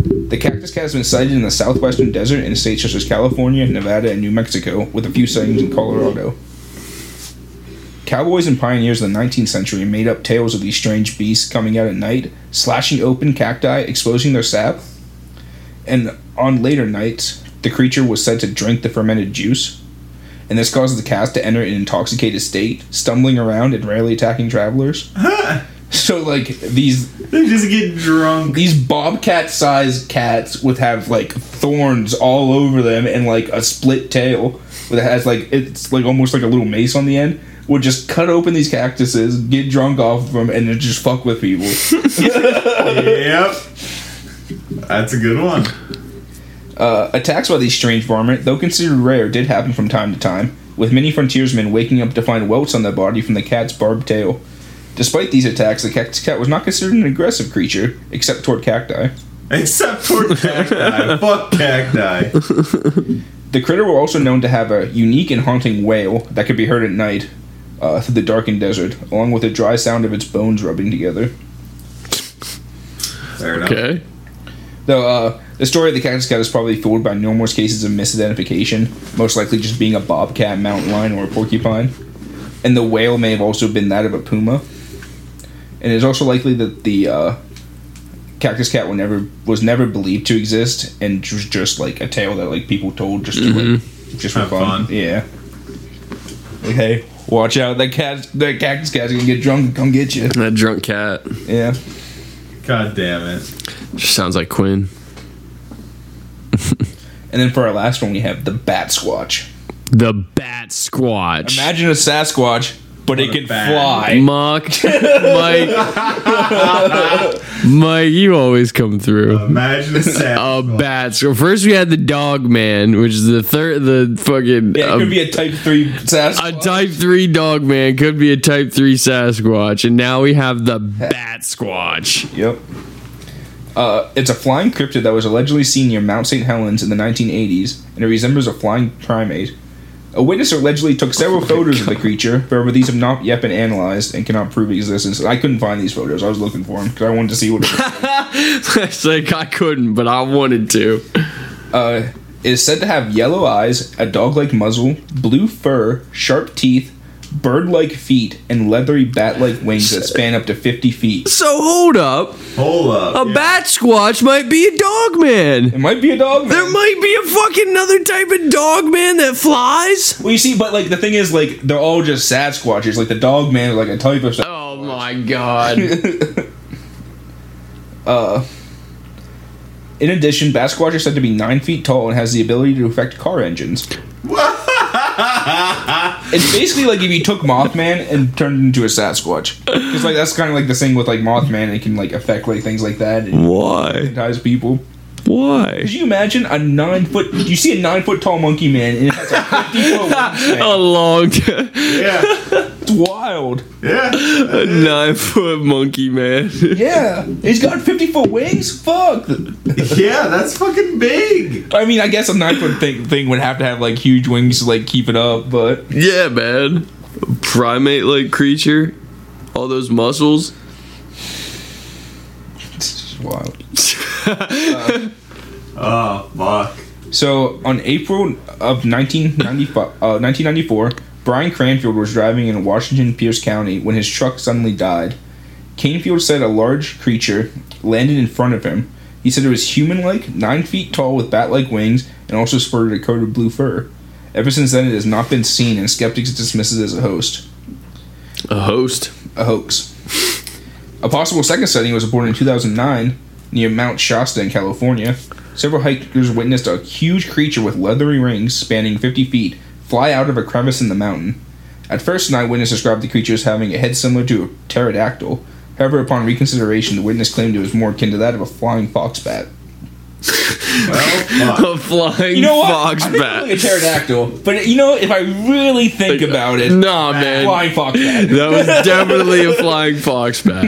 S3: The cactus cat has been sighted in the southwestern desert in states such as California, Nevada, and New Mexico, with a few sightings in Colorado. Cowboys and pioneers of the 19th century made up tales of these strange beasts coming out at night, slashing open cacti, exposing their sap. And on later nights, the creature was said to drink the fermented juice, and this caused the cast to enter an intoxicated state, stumbling around and rarely attacking travelers. so, like these
S2: They just get drunk.
S3: these bobcat-sized cats would have like thorns all over them and like a split tail that has like it's like almost like a little mace on the end. Would just cut open these cactuses, get drunk off of them, and then just fuck with people.
S2: yep. That's a good one.
S3: Uh, attacks by these strange varmint, though considered rare, did happen from time to time, with many frontiersmen waking up to find welts on their body from the cat's barbed tail. Despite these attacks, the cactus cat was not considered an aggressive creature, except toward cacti.
S2: Except for cacti. Fuck cacti.
S3: The critter were also known to have a unique and haunting wail that could be heard at night uh, through the darkened desert, along with the dry sound of its bones rubbing together.
S2: Fair enough.
S1: Okay.
S3: Though uh, the story of the cactus cat is probably fueled by numerous cases of misidentification, most likely just being a bobcat, mountain lion, or a porcupine. And the whale may have also been that of a puma. And it's also likely that the uh, cactus cat were never, was never believed to exist and was just like a tale that like people told just to like, just
S2: Mm-hmm.
S3: for
S2: Have
S3: fun.
S2: fun.
S3: Yeah. Like, hey, watch out! That cat, that cactus cat's gonna get drunk and come get you.
S1: That drunk cat
S3: Yeah.
S2: God damn it.
S1: just sounds like Quinn.
S3: And then for our last one, we have the bat squatch.
S1: The Bat Squatch.
S3: Imagine a Sasquatch, but it
S2: a
S3: can
S2: bat.
S3: fly.
S1: Mark, Mike, Mike, you always come through.
S2: Imagine a sap.
S1: A bat. So first we had the dog man, which is the third, the fucking
S3: Yeah, it
S1: a
S3: could be a type three
S1: A
S3: Sasquatch.
S1: type three dog man could be a type three Sasquatch, and now we have the Bat Squatch.
S3: Yep. Uh, it's a flying cryptid that was allegedly seen near Mount St. Helens in the 1980s, and it resembles a flying primate. A witness allegedly took several photos of the creature, however, these have not yet been analyzed and cannot prove existence. I couldn't find these photos. I was looking for them because I wanted to see what it was.
S1: it's like I couldn't, but I wanted to.
S3: Uh, it is said to have yellow eyes, a dog like muzzle, blue fur, sharp teeth, bird like feet, and leathery bat like wings that span up to 50 feet.
S1: So hold up,
S2: Hold
S1: a
S2: up. yeah.
S1: Bat Squatch might be a dog man.
S3: It might be a dog. Man.
S1: There might be a fucking another type of dog man that flies.
S3: well, you see, but like the thing is, like they're all just Sasquatches. Like the dog man is like a type of stuff.
S1: Oh my god.
S3: In addition, Bat Squatch is said to be nine feet tall and has the ability to affect car engines. it's basically like if you took Mothman and turned it into a Sasquatch, because like that's kind of like the thing with like Mothman. It can like affect like things like that
S1: Mm.
S3: and
S1: Why?
S3: hypnotize people.
S1: Why?
S3: Could you imagine a nine foot? You see a nine foot tall monkey man, and it's like fifty foot.
S1: A
S3: wingspan.
S1: long
S2: Yeah.
S3: It's wild.
S2: Yeah.
S1: nine foot monkey man.
S3: Yeah, he's got fifty foot wings. Fuck.
S2: Yeah, that's fucking big.
S3: I mean, I guess a nine foot thing, thing would have to have like huge wings to like keep it up, but
S1: Yeah, man. Primate like creature. All those muscles.
S3: it's just wild.
S2: Oh, fuck.
S3: So on April of 1995, uh, 1994, Brian Cranfield was driving in Washington Pierce County when his truck suddenly died. Canfield said a large creature landed in front of him. He said it was human like, nine feet tall with bat like wings, and also sported a coat of blue fur. Ever since then, it has not been seen, and skeptics dismiss it as a host.
S1: A host.
S3: a hoax. A possible second sighting was reported in 2009 near Mount Shasta in California. Several hikers witnessed a huge creature with leathery rings spanning 50 feet fly out of a crevice in the mountain. At first, an eyewitness described the creature as having a head similar to a pterodactyl. However, upon reconsideration, the witness claimed it was more akin to that of a flying fox bat.
S2: Well, fuck.
S1: A flying
S3: You know what?
S1: fox
S3: I think
S1: bat.
S3: Like a pterodactyl, but you know, if I really think about it,
S1: Nah, man.
S3: flying fox bat.
S1: That was definitely a flying fox bat.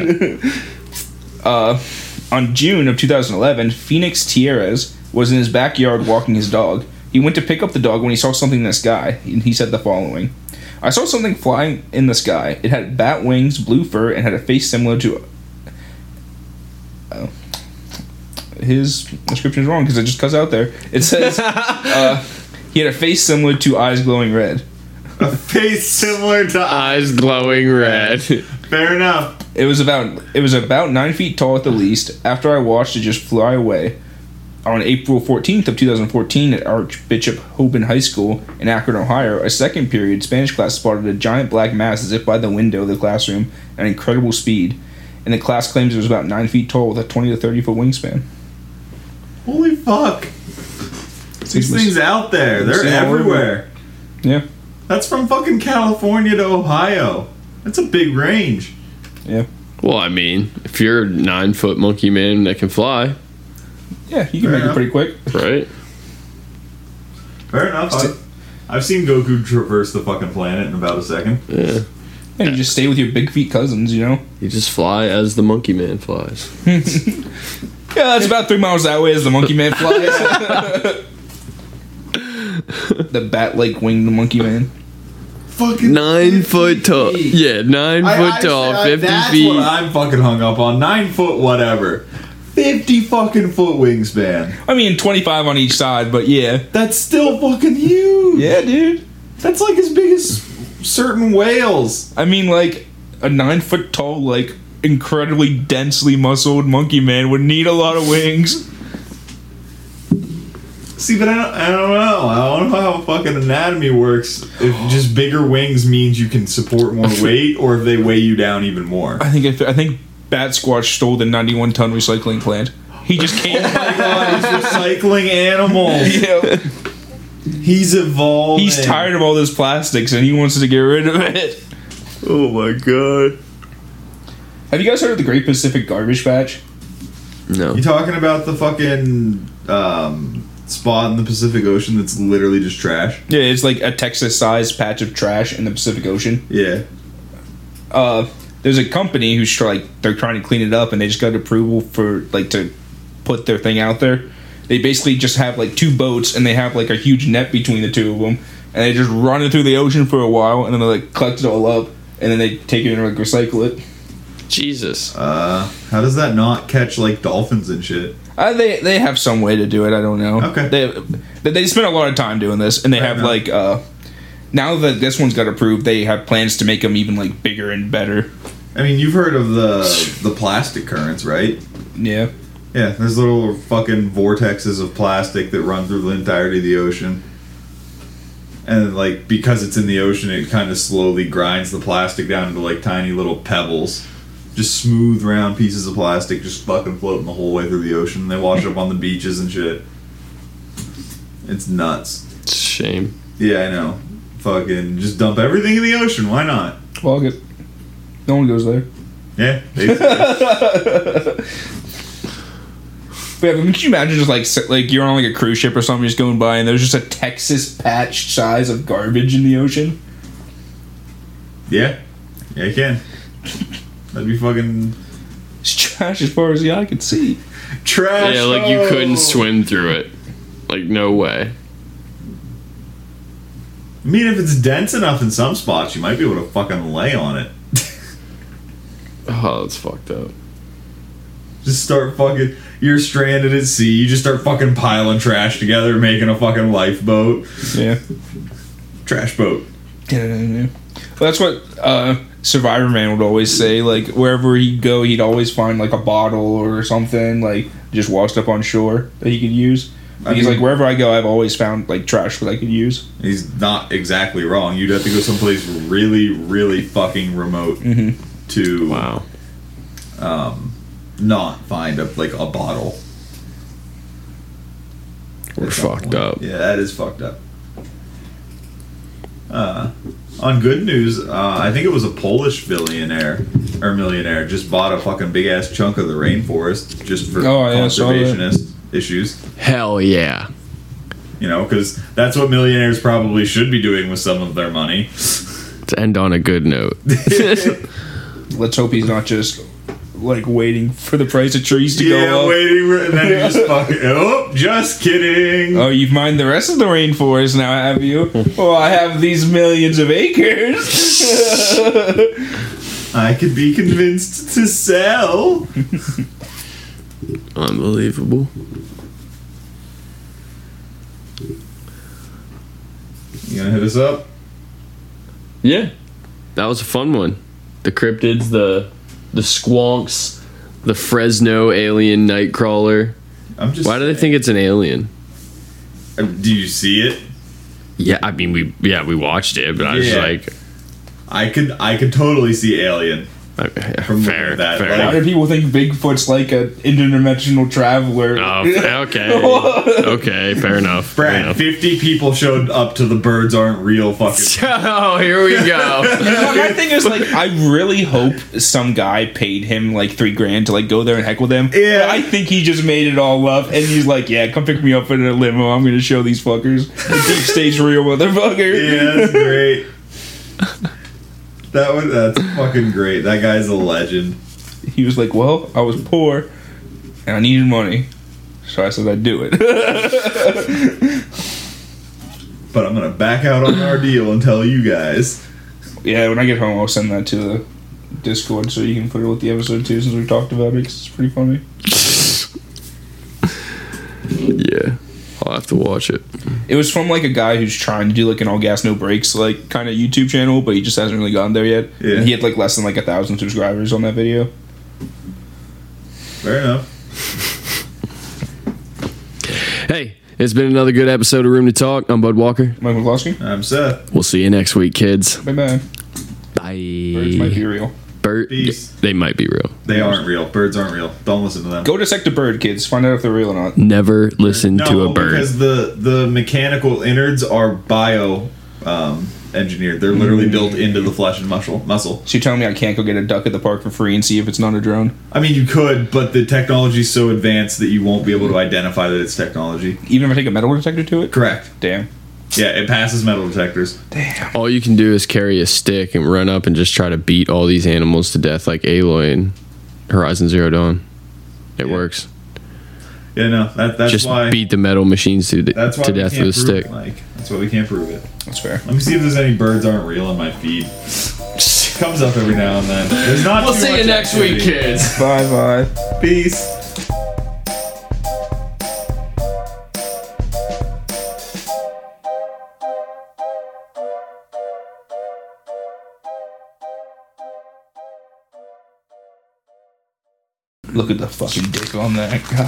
S3: On June of 2011, Phoenix Tierras was in his backyard walking his dog. He went to pick up the dog when he saw something in the sky, and he said the following I saw something flying in the sky. It had bat wings, blue fur, and had a face similar to. Oh. His description is wrong because it just cuts out there. It says uh, he had a face similar to eyes glowing red.
S2: A face similar to
S1: Eyes glowing red.
S2: Fair enough.
S3: It was about it was about nine feet tall at the least. After I watched it just fly away, on April fourteenth of two thousand fourteen at Archbishop Hoban High School in Akron, Ohio, a second period Spanish class spotted a giant black mass as if by the window of the classroom at incredible speed, and the class claims it was about nine feet tall with a twenty to thirty foot wingspan.
S2: Holy fuck. These
S3: It was-
S2: things out there. They're
S3: Seen all over.
S2: everywhere.
S3: Yeah,
S2: That's from fucking California to Ohio. That's a big range.
S3: yeah,
S1: Well, I mean, if you're a nine foot monkey man that can fly,
S3: yeah. You can
S2: Fair
S3: make
S2: enough.
S3: it pretty quick.
S1: right?
S2: Fair enough. I've, I've seen Goku traverse the fucking planet in about a second.
S1: Yeah.
S3: And you just stay with your big feet cousins, you know.
S1: You just fly as the monkey man flies.
S3: Yeah, that's about three miles that way as the monkey man flies. the bat like winged the monkey man.
S2: Fucking
S1: Nine
S2: 50
S1: foot tall.
S2: feet.
S1: Yeah, nine
S2: I- I-
S1: foot tall,
S2: I-
S1: 50
S2: that's
S1: feet.
S2: what I'm fucking hung up on. Nine foot, whatever. Fifty fucking foot wingspan.
S3: I mean, 25 on each side, but yeah.
S2: That's still fucking huge.
S3: Yeah, dude.
S2: That's like as big as certain whales.
S3: I mean, like, a nine foot tall, like, incredibly densely muscled monkey man would need a lot of wings.
S2: See, but I don't, I don't know. I don't know how fucking anatomy works. If just bigger wings means you can support more weight, or if they weigh you down even more.
S3: I think if, I think Bat Squatch stole the 91 ton recycling plant. He just came.
S2: God, he's recycling animals.
S3: Yeah.
S2: He's evolving.
S3: He's tired of all those plastics and he wants to get rid of it.
S2: Oh my god.
S3: Have you guys heard of the Great Pacific Garbage Patch?
S1: No.
S2: You talking about the fucking um, spot in the Pacific Ocean that's literally just trash?
S3: Yeah, it's like a Texas sized patch of trash in the Pacific Ocean.
S2: Yeah.
S3: uh, there's a company who's try- like they're trying to clean it up, and they just got approval for like to put their thing out there. They basically just have like two boats, and they have like a huge net between the two of them, and they just run it through the ocean for a while, and then they like collect it all up, and then they take it and like recycle it.
S1: Jesus.
S2: Uh, how does that not catch like dolphins and shit?
S3: Uh, they they have some way to do it. I don't know.
S2: Okay.
S3: They they- they spend a lot of time doing this, and they
S2: Fair
S3: have
S2: enough.
S3: like uh, now that this one's got approved, they have plans to make them even like bigger and better.
S2: I mean, you've heard of the the plastic currents, right?
S3: Yeah.
S2: Yeah, there's little fucking vortexes of plastic that run through the entirety of the ocean. And like because it's in the ocean, it kind of slowly grinds the plastic down into like tiny little pebbles. Just smooth round pieces of plastic just fucking floating the whole way through the ocean. They wash up on the beaches and shit. It's nuts.
S1: It's a shame.
S2: Yeah, I know. Fucking just dump everything in the ocean. Why not?
S3: Well, it. No one goes there.
S2: Yeah. basically.
S3: Yeah, but could you imagine just like s- like you're on like a cruise ship or something, just going by, and there's just a Texas patch size of garbage in the ocean?
S2: yeah. Yeah, you can. That'd be fucking
S3: It's trash as far as the eye can see.
S2: trash. Oh.
S1: Yeah, like you couldn't
S2: hole.
S1: swim through it. Like, no way.
S2: I mean, if it's dense enough in some spots, you might be able to fucking lay on it.
S1: Oh, that's fucked up.
S2: Just start fucking. You're stranded at sea. You just start fucking piling trash together, making a fucking lifeboat,
S3: Yeah.
S2: trash boat.
S3: Well, that's what uh, Survivor Man would always say. Like wherever he'd go, he'd always find like a bottle or something like just washed up on shore that he could use.
S2: I
S3: He's
S2: mean-
S3: like wherever I go, I've always found like trash that I could use.
S2: He's not exactly wrong. You'd have to go someplace really, really fucking remote to
S1: Wow.
S2: not find a like a bottle.
S1: We're
S2: at some
S1: fucked
S2: point.
S1: up.
S2: Yeah, that is fucked up. Uh, on good news, uh, I think it was a Polish billionaire or millionaire just bought a fucking big ass chunk of the rainforest just for
S3: Oh, yeah, I saw that.
S2: conservationist issues.
S1: Hell yeah.
S2: You know, because that's what millionaires probably should be doing with some of their money.
S1: To end on a good note.
S3: Let's hope he's not just like waiting for the price of trees to go
S2: Yeah,
S3: up.
S2: waiting, for- and then you just fucking. Oh, just kidding.
S3: Oh, you've mined the rest of the rainforest now, have you? Oh, I have these millions of acres.
S2: I could be convinced to sell.
S1: Unbelievable.
S2: You gonna hit us up?
S1: Yeah, that was a fun one. The cryptids, the the squonks, the Fresno alien nightcrawler.
S2: I'm just.
S1: Why do they think it's an alien?
S2: think? Do you see it?
S1: Yeah, I mean we yeah we watched it, but I was
S2: Yeah.
S1: like,
S2: I could. I could totally see Alien.
S1: okay, yeah,
S2: From
S1: fair,
S2: that,
S1: fair.
S2: like-
S3: Why do people think Bigfoot's like an interdimensional traveler?
S1: Oh, okay, okay, fair enough. fair
S2: Brad,
S1: enough.
S2: 50 people showed up to the birds aren't real fucking.
S1: Oh, here we go.
S3: My- My thing is like, I really hope some guy paid him like three grand to like go there and heckle them.
S2: Yeah.
S3: I think he just made it all up, and he's like, "Yeah, come pick me up in a limo. I'm gonna show these fuckers the deep state's real, motherfucker."
S2: yeah, that's great. That would. That's fucking great. That guy's a legend.
S3: He was like, "Well, I was poor, and I needed money, so I said I'd do it."
S2: But I'm gonna back out on our deal and tell you guys.
S3: yeah, when I get home, I'll send that to the Discord so you can put it with the episode too, since we talked about it. 'cause it's pretty funny.
S1: yeah, I'll have to watch it.
S3: It was from like a guy who's trying to do like an all gas no brakes like kind of YouTube channel, but he just hasn't really gotten there yet.
S2: Yeah.
S3: And he had like less than like a thousand subscribers on that video.
S2: Fair enough.
S1: Hey, it's been another good episode of Room to Talk. I'm Bud Walker.
S3: Mike McCloskey,
S2: I'm Seth.
S1: We'll see you next week, kids.
S3: bye bye.
S1: Bye.
S3: Birds might be real.
S1: Bird-
S2: Peace.
S1: They might be real.
S2: They aren't real. Birds aren't real. Don't listen to them.
S3: Go dissect a bird, kids. Find out if they're real or not.
S1: Never listen to a bird.
S2: because the the mechanical innards are bio um, engineered. They're literally
S1: Mm.
S2: built into the flesh and muscle. Muscle.
S3: So you're telling me I can't go get a duck at the park for free and see if it's not a drone?
S2: I mean, you could, but the technology's so advanced that you won't be able to identify that it's technology.
S3: Even if I take a metal detector to it?
S2: Correct.
S3: Damn.
S2: Yeah, it passes metal detectors.
S1: All you can do is carry a stick and run up and just try to beat all these animals to death, like Aloy in Horizon Zero Dawn. It
S2: Yeah.
S1: works.
S2: Yeah, no, that, that's
S1: just
S2: why.
S1: beat the metal machines to,
S2: that's why
S1: to
S2: we
S1: death
S2: can't
S1: with a
S2: prove it,
S1: stick.
S2: Mike. That's why we can't prove it.
S3: That's fair.
S2: Let me see if there's any birds aren't real on my feed. Comes up every now and then. There's not. too much activity.
S1: kids.
S3: Bye bye.
S2: Peace.
S3: Look at the fucking dick on that. God